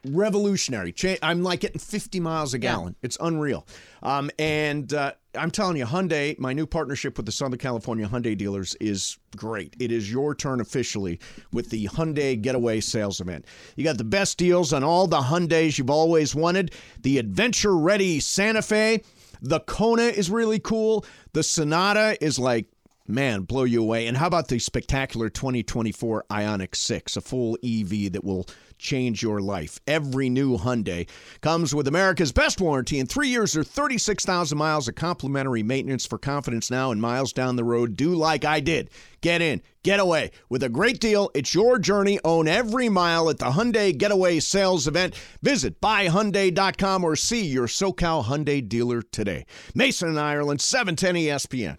Speaker 4: Revolutionary. Cha- I'm like getting 50 miles a gallon. It's unreal. Um, and uh, I'm telling you, Hyundai, my new partnership with the Southern California Hyundai dealers is great. It is your turn officially with the Hyundai Getaway Sales Event. You got the best deals on all the Hyundais you've always wanted. The adventure ready Santa Fe. The Kona is really cool. The Sonata is like, man, blow you away. And how about the spectacular 2024 Ionic 6, a full EV that will change your life? Every new Hyundai comes with America's best warranty in three years or 36,000 miles of complimentary maintenance for confidence now and miles down the road. Do like I did. Get in, get away with a great deal. It's your journey. Own every mile at the Hyundai Getaway Sales Event. Visit buyhyundai.com or see your SoCal Hyundai dealer today. Mason in Ireland, E 710 ESPN.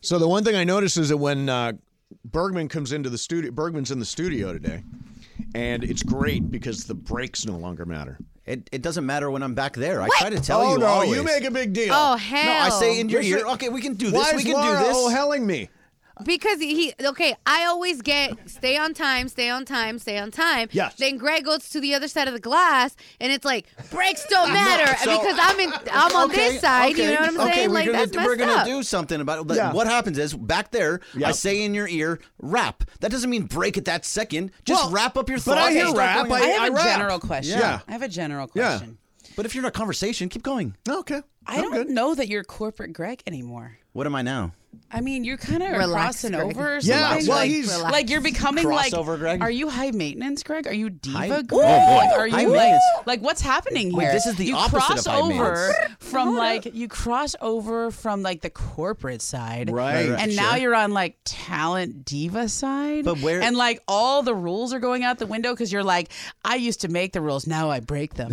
Speaker 4: So the one thing I noticed is that when uh, Bergman comes into the studio, Bergman's in the studio today, and it's great because the breaks no longer matter.
Speaker 3: It, it doesn't matter when I'm back there. I try to tell
Speaker 4: oh,
Speaker 3: you
Speaker 4: no,
Speaker 3: always.
Speaker 4: you make a big deal.
Speaker 13: Oh,
Speaker 3: No, I
Speaker 13: hell.
Speaker 3: say in your
Speaker 4: Listen,
Speaker 3: ear, okay, we can do
Speaker 4: why
Speaker 3: this.
Speaker 4: is
Speaker 3: We can
Speaker 4: Laura
Speaker 3: do this.
Speaker 4: Oh, helling me.
Speaker 13: Because he okay, I always get stay on time, stay on time, stay on time.
Speaker 4: Yes.
Speaker 13: Then Greg goes to the other side of the glass, and it's like breaks don't matter
Speaker 3: so-
Speaker 13: because I'm in, I'm on
Speaker 3: Okay,
Speaker 13: this side.
Speaker 3: okay,
Speaker 13: You know what I'm
Speaker 3: okay,
Speaker 13: saying?
Speaker 3: We're
Speaker 13: Like
Speaker 3: gonna,
Speaker 13: that's messed
Speaker 3: we're gonna
Speaker 13: up.
Speaker 3: do something about it. But
Speaker 13: Yeah.
Speaker 3: What happens is back there, I say in your ear, wrap. That doesn't mean break at that second. Just
Speaker 9: Well,
Speaker 3: wrap up your
Speaker 9: but
Speaker 3: thought.
Speaker 9: I hear
Speaker 3: and
Speaker 9: rap,
Speaker 3: start going
Speaker 9: I-
Speaker 3: on.
Speaker 9: I have a general question.
Speaker 3: Yeah.
Speaker 9: I have a general question.
Speaker 3: But if you're in a conversation, keep going.
Speaker 4: Okay.
Speaker 9: I don't know that you're corporate Greg anymore.
Speaker 3: What am I now?
Speaker 9: I mean, you're kind of
Speaker 13: Relax,
Speaker 9: crossing
Speaker 13: Greg.
Speaker 9: over. Or
Speaker 3: Yeah,
Speaker 9: something.
Speaker 3: well,
Speaker 9: like,
Speaker 3: he's-
Speaker 9: like you're becoming
Speaker 3: Crossover,
Speaker 9: like.
Speaker 3: Greg?
Speaker 9: Are you high maintenance, Greg? Are you diva,
Speaker 3: High-
Speaker 9: Greg?
Speaker 3: Oh, boy.
Speaker 9: Are you
Speaker 3: High
Speaker 9: like
Speaker 3: maintenance.
Speaker 9: like what's happening
Speaker 3: Wait,
Speaker 9: here?
Speaker 3: this is the
Speaker 9: you
Speaker 3: opposite
Speaker 9: cross
Speaker 3: of high
Speaker 9: over
Speaker 3: maintenance.
Speaker 9: from
Speaker 3: <laughs>
Speaker 9: like you cross over from like the corporate side,
Speaker 3: Right, right,
Speaker 9: And now
Speaker 3: sure.
Speaker 9: you're on like talent diva side,
Speaker 3: But where-
Speaker 9: and like all the rules are going out the window because you're like, I used to make the rules, now I break them. <laughs>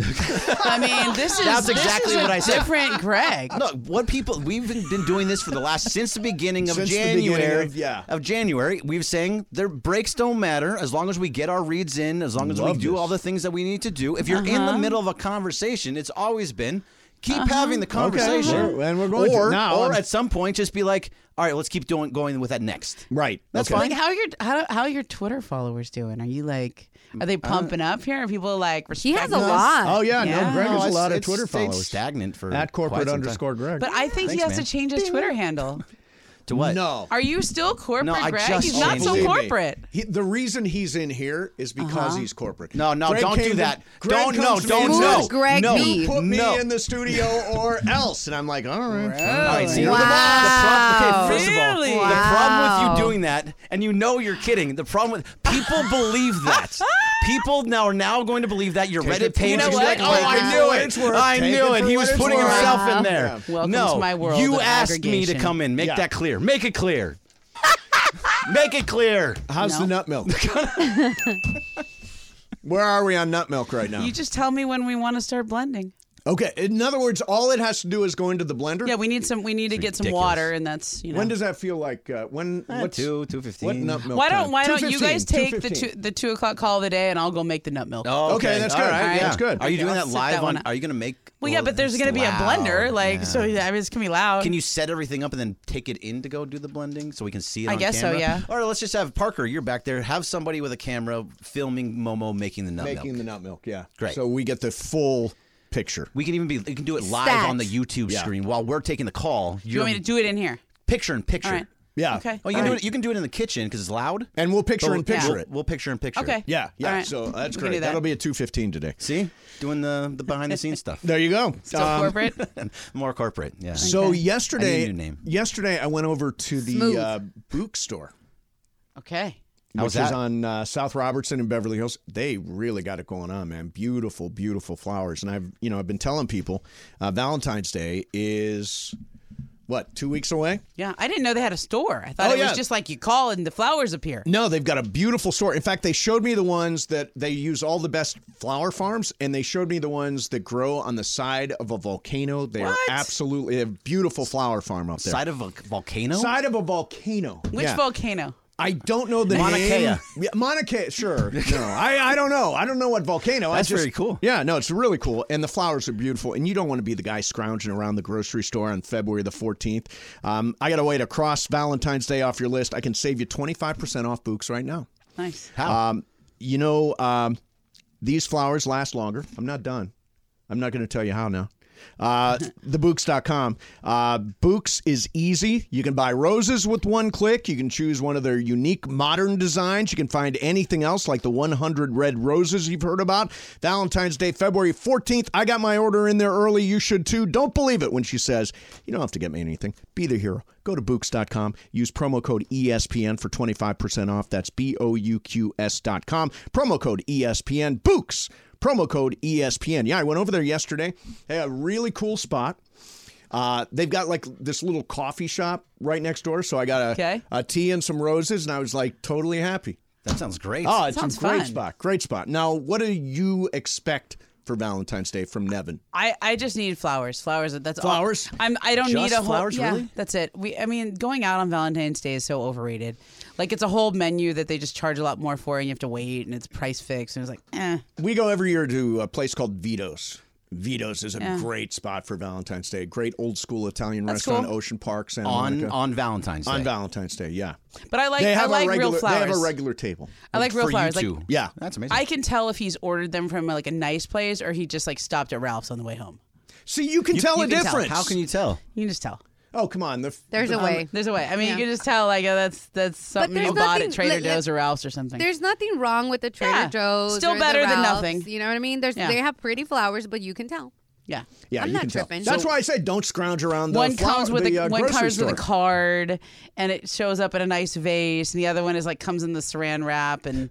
Speaker 9: I mean, this is
Speaker 3: That's
Speaker 9: this
Speaker 3: exactly
Speaker 9: is a
Speaker 3: what I said.
Speaker 9: Different Greg.
Speaker 3: Look, what people we've been- been doing this for the last since the beginning of
Speaker 4: Since the
Speaker 3: January.
Speaker 4: beginning of- yeah.
Speaker 3: of January, we've saying their breaks don't matter as long as we get our reads in, as long as
Speaker 4: Love
Speaker 3: we do
Speaker 4: this.
Speaker 3: all the things that we need to do. If you're in the
Speaker 4: Uh-huh.
Speaker 3: middle of a conversation, it's always been keep
Speaker 4: Uh-huh.
Speaker 3: having the
Speaker 4: Okay,
Speaker 3: conversation,
Speaker 4: we're- and we're going to.
Speaker 3: or,
Speaker 4: Now
Speaker 3: or
Speaker 4: I'm-
Speaker 3: at some point just be like, all right, let's keep doing going with that next.
Speaker 4: Right,
Speaker 3: that's
Speaker 9: Like
Speaker 3: fine.
Speaker 9: how are your how how are your Twitter followers doing? Are you like are
Speaker 3: Uh,
Speaker 9: they pumping up here? Are people like respecting us?
Speaker 4: Oh yeah, no, Greg has a lot of
Speaker 3: it's
Speaker 4: Twitter
Speaker 3: stayed
Speaker 4: followers.
Speaker 3: stagnant for
Speaker 4: at
Speaker 3: quite
Speaker 4: corporate
Speaker 3: some time.
Speaker 4: underscore Greg.
Speaker 9: But I think he has
Speaker 3: Thanks, man.
Speaker 9: to change his Twitter handle.
Speaker 3: to what?
Speaker 4: No.
Speaker 9: Are you still corporate,
Speaker 3: No, I
Speaker 9: Greg?
Speaker 3: just
Speaker 9: He's not
Speaker 3: changed
Speaker 9: so
Speaker 3: it.
Speaker 9: corporate.
Speaker 4: He, the reason he's in here is because
Speaker 9: Uh-huh.
Speaker 4: he's corporate.
Speaker 3: No, no,
Speaker 4: Greg
Speaker 3: don't
Speaker 4: came
Speaker 3: do
Speaker 4: to-
Speaker 3: that.
Speaker 4: Greg
Speaker 3: Don't-
Speaker 4: comes
Speaker 3: no,
Speaker 4: to me
Speaker 3: don't-
Speaker 4: and
Speaker 3: no,
Speaker 4: says,
Speaker 3: Greg
Speaker 4: "You
Speaker 3: B.
Speaker 4: put me
Speaker 3: No.
Speaker 4: in the studio or else, and I'm like, all right. fine.
Speaker 3: All right, see,
Speaker 4: You're
Speaker 3: the
Speaker 4: the boss.
Speaker 3: problem- the prob- okay, first
Speaker 4: Really?
Speaker 3: of all, the problem
Speaker 4: Wow.
Speaker 3: with you doing that, and you know you're kidding. The problem with people believe
Speaker 9: <laughs>
Speaker 3: that. People now are now going to believe that your
Speaker 4: Take it
Speaker 3: Reddit
Speaker 4: for
Speaker 3: page
Speaker 4: what
Speaker 3: is
Speaker 4: it's
Speaker 3: like,
Speaker 4: worth.
Speaker 3: oh,
Speaker 4: Take
Speaker 3: I
Speaker 4: it
Speaker 3: knew
Speaker 4: for
Speaker 3: it.
Speaker 4: what it's worth.
Speaker 3: I
Speaker 4: Take
Speaker 3: knew
Speaker 4: it
Speaker 3: it.
Speaker 4: for
Speaker 3: He
Speaker 4: what
Speaker 3: was
Speaker 4: it's
Speaker 3: putting
Speaker 4: worth.
Speaker 3: himself in
Speaker 4: Yeah.
Speaker 3: there.
Speaker 4: Welcome
Speaker 3: no,
Speaker 4: to my world
Speaker 3: you
Speaker 4: of
Speaker 3: asked me to
Speaker 4: aggregation.
Speaker 3: come in. Make
Speaker 4: Yeah.
Speaker 3: that clear. Make it
Speaker 2: <laughs>
Speaker 3: clear. Make it clear.
Speaker 4: How's the nut
Speaker 9: <laughs>
Speaker 4: milk? <laughs> Where are we on nut milk right now?
Speaker 9: You just tell me when we want to start blending.
Speaker 4: okay. In other words, all it has to do is go into the blender.
Speaker 9: Yeah, we need some. We need to get some
Speaker 4: ridiculous.
Speaker 9: water, and that's you know.
Speaker 4: When does that feel like? Uh, when?
Speaker 9: Eh,
Speaker 4: what's,
Speaker 3: two, two fifteen.
Speaker 4: What nut milk?
Speaker 9: why don't
Speaker 4: time?
Speaker 9: Why don't you
Speaker 4: 2:15,
Speaker 9: guys take the
Speaker 4: 2:15.
Speaker 9: two the two o'clock call of the day, and I'll go make the nut milk.
Speaker 3: Oh,
Speaker 4: Okay, that's
Speaker 3: All
Speaker 4: good.
Speaker 3: right,
Speaker 4: Yeah, that's good.
Speaker 3: Are you
Speaker 4: Okay,
Speaker 3: doing
Speaker 4: I'll
Speaker 3: that
Speaker 4: sit
Speaker 3: live
Speaker 4: that
Speaker 3: on?
Speaker 4: one out.
Speaker 3: Are you going to make?
Speaker 9: Well, yeah, but there's
Speaker 3: it's
Speaker 9: gonna be a
Speaker 3: loud.
Speaker 9: blender, like so. I mean, it's gonna be loud.
Speaker 3: Can you set everything up and then take it in to go do the blending so we can see it?
Speaker 9: I
Speaker 3: on
Speaker 9: guess so,
Speaker 3: camera?
Speaker 9: yeah.
Speaker 3: Or let's just have Parker. You're back there. Have somebody with a camera filming Momo making the nut
Speaker 4: Making
Speaker 3: milk.
Speaker 4: the nut milk. Yeah.
Speaker 3: Great.
Speaker 4: So we get the full picture.
Speaker 3: We can even be. We can do it live
Speaker 9: Stats.
Speaker 3: on the YouTube
Speaker 4: Yeah.
Speaker 3: screen while we're taking the call.
Speaker 9: Do you want me to do it in here?
Speaker 3: picture in picture?
Speaker 9: All right.
Speaker 4: Yeah.
Speaker 9: Okay.
Speaker 3: Oh, you can
Speaker 9: All
Speaker 3: do
Speaker 9: right.
Speaker 3: it. You can do it in the kitchen because it's loud.
Speaker 4: And we'll picture
Speaker 3: But
Speaker 4: in picture
Speaker 3: we'll-
Speaker 4: it.
Speaker 3: We'll picture in picture.
Speaker 9: Okay.
Speaker 4: Yeah, yeah.
Speaker 9: All right.
Speaker 4: So that's
Speaker 9: We can do
Speaker 4: great.
Speaker 9: that.
Speaker 4: That'll be at two fifteen today.
Speaker 3: See, doing the the behind the scenes
Speaker 4: <laughs>
Speaker 3: stuff. <laughs>
Speaker 4: There you go. Um,
Speaker 3: Still
Speaker 9: corporate?
Speaker 3: <laughs> More corporate. Yeah.
Speaker 4: So yesterday,
Speaker 3: I need a new name.
Speaker 4: yesterday I went over to
Speaker 9: Smooth.
Speaker 4: the uh, Book store,
Speaker 9: Okay.
Speaker 3: How was
Speaker 4: which is
Speaker 3: that?
Speaker 4: on uh, South Robertson in Beverly Hills. They really got it going on, man. Beautiful, beautiful flowers. And I've, you know, I've been telling people uh, Valentine's Day is what two weeks away.
Speaker 9: Yeah, I didn't know they had a store. I thought
Speaker 4: Oh,
Speaker 9: it
Speaker 4: yeah.
Speaker 9: was just like you call and the flowers appear.
Speaker 4: No, they've got a beautiful store. In fact, they showed me the ones that they use all the best flower farms, and they showed me the ones that grow on the side of a volcano. They
Speaker 9: What?
Speaker 4: are absolutely they have a beautiful flower farm up there.
Speaker 3: Side of a volcano.
Speaker 4: Side of a volcano.
Speaker 9: Which
Speaker 4: Yeah.
Speaker 9: volcano?
Speaker 4: I don't know the
Speaker 3: Mauna
Speaker 4: name.
Speaker 3: Kea.
Speaker 4: Yeah, Mauna
Speaker 3: <laughs>
Speaker 4: Kea, sure. No, I, I don't know. I don't know what volcano.
Speaker 3: That's
Speaker 4: I just,
Speaker 3: very cool.
Speaker 4: Yeah, no, it's really cool. And the flowers are beautiful. And you don't want to be the guy scrounging around the grocery store on February the 14th. Um, I got a way to cross Valentine's Day off your list. I can save you 25% off Books right now.
Speaker 9: Nice.
Speaker 4: Um, you know, um, these flowers last longer. I'm not done. I'm not going to tell you how now. Uh, <laughs> thebooks.com. Uh, Books is easy. You can buy roses with one click. You can choose one of their unique modern designs. You can find anything else like the 100 red roses you've heard about. Valentine's Day, February 14th. I got my order in there early. You should too. Don't believe it when she says, You don't have to get me anything. Be the hero. Go to Books.com. Use promo code E ESPN for 25% off. That's B O U Q S.com. Promo code E ESPN. Books. Promo code E ESPN. Yeah, I went over there yesterday. They have a really cool spot. Uh, they've got like this little coffee shop right next door. So I got a,
Speaker 9: Okay.
Speaker 4: a tea and some roses, and I was like totally happy.
Speaker 3: That sounds great.
Speaker 4: Oh, it's
Speaker 9: Sounds
Speaker 4: a great
Speaker 9: fun.
Speaker 4: spot. Great spot. Now, what do you expect for Valentine's Day from Nevin?
Speaker 9: I, I just need flowers. Flowers. That's all-
Speaker 4: Flowers?
Speaker 9: I'm. I don't
Speaker 4: Just
Speaker 9: need a whole.
Speaker 4: flowers,
Speaker 9: yeah,
Speaker 4: really?
Speaker 9: That's it. We. I mean, going out on Valentine's Day is so overrated. Like it's a whole menu that they just charge a lot more for, and you have to wait, and it's price fixed, and it's like, eh.
Speaker 4: We go every year to a place called Vito's. Vito's is a
Speaker 9: Yeah.
Speaker 4: great spot for Valentine's Day. Great old school Italian
Speaker 9: That's
Speaker 4: restaurant,
Speaker 9: cool.
Speaker 4: Ocean Park, Santa
Speaker 3: On-
Speaker 4: Monica.
Speaker 3: on Valentine's
Speaker 4: On
Speaker 3: Day.
Speaker 4: Valentine's Day, yeah.
Speaker 9: But I like-
Speaker 4: They
Speaker 9: I
Speaker 4: have a
Speaker 9: like real
Speaker 4: regular- They have a
Speaker 9: flowers.
Speaker 4: regular table.
Speaker 9: I like real
Speaker 4: For you
Speaker 9: flowers, like-
Speaker 4: two. yeah, that's
Speaker 9: I can tell if he's ordered them from like a nice place or he just like stopped at Ralph's on the way home.
Speaker 4: So you can tell
Speaker 3: <laughs>
Speaker 4: a difference.
Speaker 3: you tell?
Speaker 9: You can just tell.
Speaker 4: Oh come on! The,
Speaker 13: There's a
Speaker 9: Um,
Speaker 13: way.
Speaker 9: There's a way. I mean,
Speaker 13: Yeah.
Speaker 9: you can just tell like oh, that's that's something
Speaker 13: there's
Speaker 9: you bought
Speaker 13: nothing-
Speaker 9: at Trader
Speaker 13: like-
Speaker 9: Joe's or Ralph's or something.
Speaker 13: There's nothing wrong with the Trader
Speaker 9: Yeah.
Speaker 13: Joe's.
Speaker 9: Still
Speaker 13: or the
Speaker 9: better than
Speaker 13: Ralphs,
Speaker 9: nothing.
Speaker 13: You know what I mean? There's
Speaker 9: Yeah.
Speaker 13: they have pretty flowers, but you can tell.
Speaker 9: Yeah.
Speaker 4: yeah,
Speaker 13: I'm
Speaker 4: you
Speaker 13: not
Speaker 4: can
Speaker 13: tripping.
Speaker 4: tell. That's
Speaker 13: So-
Speaker 4: why I say don't scrounge around the
Speaker 9: one
Speaker 4: flower-
Speaker 9: comes with
Speaker 4: the,
Speaker 9: a
Speaker 4: uh,
Speaker 9: one
Speaker 4: grocery
Speaker 9: comes
Speaker 4: store.
Speaker 9: with a card, and it shows up in a nice vase, and the other one is like comes in the Saran wrap, and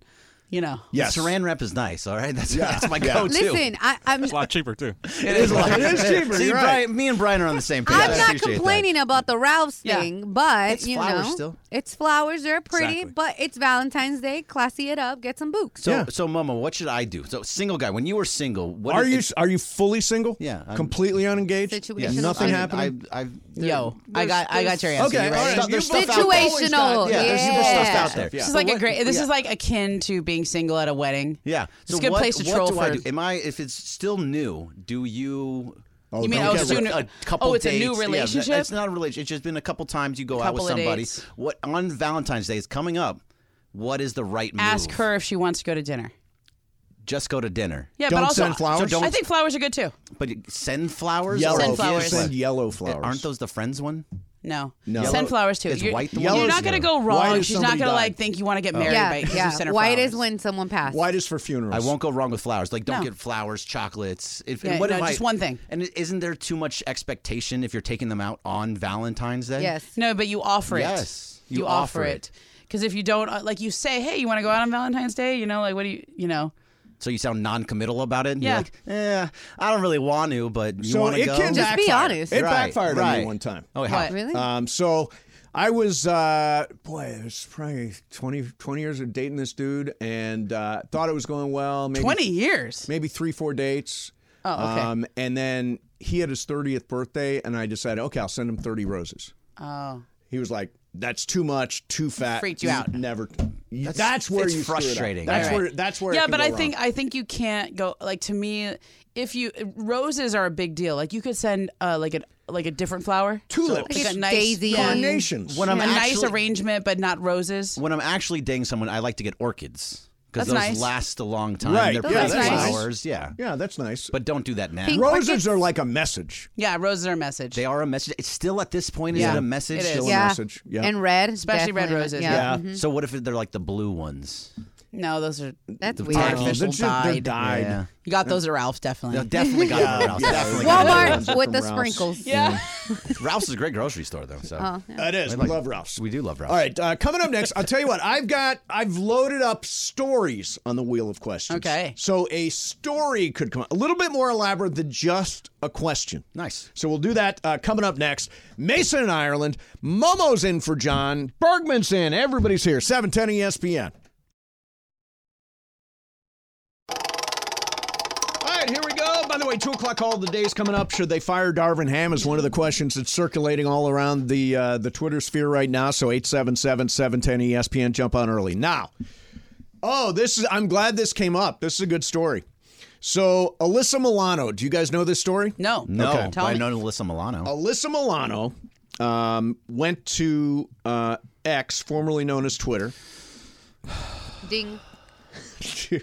Speaker 9: you know.
Speaker 3: Yes. Saran wrap is nice. All right. That's, that's my
Speaker 9: Yeah.
Speaker 1: Oh,
Speaker 13: Oh,
Speaker 3: go <laughs> to.
Speaker 13: Listen, I, I'm
Speaker 3: It's a lot cheaper, too. It
Speaker 13: is
Speaker 3: is
Speaker 13: a
Speaker 3: a
Speaker 13: lot
Speaker 3: lot
Speaker 13: It is cheaper. cheaper,
Speaker 3: See,
Speaker 13: you're right.
Speaker 3: Brian, me and Brian are on the same page.
Speaker 13: I'm
Speaker 3: I
Speaker 13: not
Speaker 3: appreciate that.
Speaker 13: complaining about the Ralph's
Speaker 3: Yeah.
Speaker 13: thing, but
Speaker 3: It's
Speaker 13: you
Speaker 3: flowers
Speaker 13: know,
Speaker 3: still.
Speaker 13: it's flowers. They're pretty,
Speaker 3: Exactly.
Speaker 13: but it's Valentine's Day. Classy it up. Get some books.
Speaker 3: So, so, Momo, what should I do? So, single guy, when you were single, what
Speaker 4: Are
Speaker 3: did-
Speaker 4: you
Speaker 3: it-
Speaker 4: are you fully single?
Speaker 3: Yeah, I'm-
Speaker 4: completely unengaged.
Speaker 3: Situational Yes.
Speaker 4: Nothing
Speaker 3: I'm-
Speaker 4: happening.
Speaker 3: I, I've,
Speaker 9: Yo, I got I got your
Speaker 4: there's-
Speaker 9: answer.
Speaker 4: Okay,
Speaker 9: You're
Speaker 4: all
Speaker 9: right.
Speaker 4: right. There's stuff out there.
Speaker 13: Situational.
Speaker 4: Yeah,
Speaker 13: Yeah.
Speaker 4: there's people stuff out there.
Speaker 9: This
Speaker 3: Yeah.
Speaker 9: is like
Speaker 3: So
Speaker 9: a great.
Speaker 3: what-
Speaker 9: This
Speaker 3: yeah.
Speaker 9: is like akin to being single at a wedding.
Speaker 3: Yeah,
Speaker 9: It's a good
Speaker 3: what,
Speaker 9: place to
Speaker 3: what
Speaker 9: troll
Speaker 3: do
Speaker 9: for.
Speaker 3: I do? Am I if it's still new? Do you?
Speaker 4: Oh,
Speaker 9: You mean,
Speaker 3: don't
Speaker 9: oh,
Speaker 3: get
Speaker 9: it's a
Speaker 3: re-
Speaker 9: new-
Speaker 3: a couple
Speaker 9: oh, it's a new
Speaker 3: dates. Yeah, that-
Speaker 9: relationship?
Speaker 3: it's not a relationship. It's just been a couple times you go out with
Speaker 9: Couple of
Speaker 3: somebody.
Speaker 9: dates.
Speaker 3: What on Valentine's Day is coming up? What is the right move?
Speaker 9: Ask her if she wants to go to dinner.
Speaker 3: Just go to dinner.
Speaker 9: Yeah, but also So I think flowers are good too.
Speaker 3: but send flowers.
Speaker 9: Yellow.
Speaker 3: or
Speaker 9: Send flowers.
Speaker 4: Send yellow flowers.
Speaker 3: Aren't those the friends one?
Speaker 9: No.
Speaker 3: No. Yellow-
Speaker 9: Send flowers too.
Speaker 3: is
Speaker 9: you're,
Speaker 3: white the
Speaker 9: you're
Speaker 3: one?
Speaker 9: not going to go
Speaker 3: Yellow.
Speaker 9: wrong.
Speaker 3: White is
Speaker 9: She's not
Speaker 3: somebody Oh.
Speaker 9: going to
Speaker 3: died.
Speaker 9: like think you want to get married
Speaker 13: yeah,
Speaker 9: by because
Speaker 13: yeah.
Speaker 9: you sent her
Speaker 13: White
Speaker 9: flowers.
Speaker 13: is when someone passed.
Speaker 4: White is for funerals.
Speaker 3: I won't go wrong with flowers. Like, don't
Speaker 13: No.
Speaker 3: get flowers, chocolates. If,
Speaker 9: Yeah,
Speaker 3: what
Speaker 9: no,
Speaker 3: if
Speaker 9: just
Speaker 3: I,
Speaker 9: one thing.
Speaker 3: And i- isn't there too much expectation if you're taking them out on Valentine's Day?
Speaker 9: No, but you offer it.
Speaker 3: Yes,
Speaker 9: You,
Speaker 3: you
Speaker 9: offer,
Speaker 3: offer
Speaker 9: it. Because if you don't, uh, like you say, hey, you want to go out on Valentine's Day? You know, like what do you, you know?
Speaker 3: So you sound non-committal about it. And
Speaker 9: Yeah.
Speaker 3: You're like, eh, I don't really want to, but you
Speaker 4: so
Speaker 3: want to
Speaker 4: it
Speaker 3: go.
Speaker 4: can backfire. It
Speaker 3: Right,
Speaker 4: backfired on
Speaker 3: right.
Speaker 4: me one time.
Speaker 3: Oh, how?
Speaker 9: Hmm.
Speaker 4: Um, so I was, uh, boy, it was probably 20, 20 years of dating this dude and uh, thought it was going well. Maybe,
Speaker 9: 20 years?
Speaker 4: Maybe three, four dates. Um,
Speaker 9: Oh, okay.
Speaker 4: and then he had his 30th birthday, and I decided, okay, I'll send him 30 roses.
Speaker 9: Oh.
Speaker 4: He was like, that's too much, too fat.
Speaker 9: Freaked you out.
Speaker 4: Never. That's, where
Speaker 3: it's
Speaker 4: you screw it up.
Speaker 3: frustrating.
Speaker 4: That's
Speaker 3: All right.
Speaker 4: where. That's where. it
Speaker 9: yeah,
Speaker 4: can
Speaker 9: but
Speaker 4: go
Speaker 9: I
Speaker 4: wrong.
Speaker 9: think I think you can't go like to me. If you roses are a big deal. Like you could send uh, like a like a different flower,
Speaker 4: tulips,
Speaker 9: like a
Speaker 13: Like
Speaker 9: nice
Speaker 13: daisy.
Speaker 9: yeah.
Speaker 4: Carnations.
Speaker 3: When I'm
Speaker 9: a nice
Speaker 3: actually-
Speaker 9: arrangement, but not roses.
Speaker 3: When I'm actually dating someone, I like to get orchids because
Speaker 9: That's nice.
Speaker 3: those last a long time.
Speaker 4: Right.
Speaker 3: They're
Speaker 4: Those
Speaker 3: pretty
Speaker 4: are nice.
Speaker 3: flowers. Yeah.
Speaker 4: Yeah, that's nice.
Speaker 3: But don't do that now.
Speaker 9: Pink
Speaker 4: Roses are like a message.
Speaker 9: Yeah, roses are a message.
Speaker 3: They are a message. It's still at this point.
Speaker 9: Yeah.
Speaker 3: Is it a message?
Speaker 9: It is.
Speaker 3: Still
Speaker 9: Yeah.
Speaker 3: a message.
Speaker 13: And red,
Speaker 9: Especially red
Speaker 13: definitely.
Speaker 9: roses,
Speaker 13: Yeah.
Speaker 9: yeah. Mhm.
Speaker 3: So what if they're like the blue ones?
Speaker 9: No, those are
Speaker 13: That's
Speaker 3: The
Speaker 13: weird.
Speaker 3: tiny-
Speaker 9: artificial
Speaker 3: They're just- they're
Speaker 9: dyed.
Speaker 3: dyed. Yeah.
Speaker 9: You got those at Ralph's, definitely.
Speaker 3: No, definitely got
Speaker 4: <laughs> Yeah.
Speaker 3: them Ralph's.
Speaker 4: Yeah.
Speaker 3: Definitely got them Ralph's.
Speaker 13: Walmart with the sprinkles.
Speaker 9: Yeah.
Speaker 3: Ralph's is a great grocery store, though. So
Speaker 13: Oh, yeah.
Speaker 4: It is.
Speaker 3: We
Speaker 4: We love Ralph's.
Speaker 3: We do love Ralph's.
Speaker 4: All right, uh, coming up next, I'll tell you what I've got. I've loaded up stories on the wheel of questions.
Speaker 9: Okay.
Speaker 4: So a story could come a little bit more elaborate than just a question.
Speaker 3: Nice.
Speaker 4: So we'll do that uh, coming up next. Mason in Ireland, Momo's in for John, Bergman's in. Everybody's here. Seven ten E ESPN. All right, here we go. By the way, way, two o'clock call of the day is coming up. Should they fire Darvin Ham is one of the questions that's circulating all around the uh, the Twitter sphere right now. So 877-710-ESPN, jump on early. Now, oh, this is I'm glad this came up. This is a good story. So Alyssa Milano, do you guys know this story?
Speaker 9: No.
Speaker 3: No, but I know Alyssa Milano.
Speaker 4: Alyssa Milano um, went to uh, X, formerly known as Twitter.
Speaker 13: Ding.
Speaker 4: to,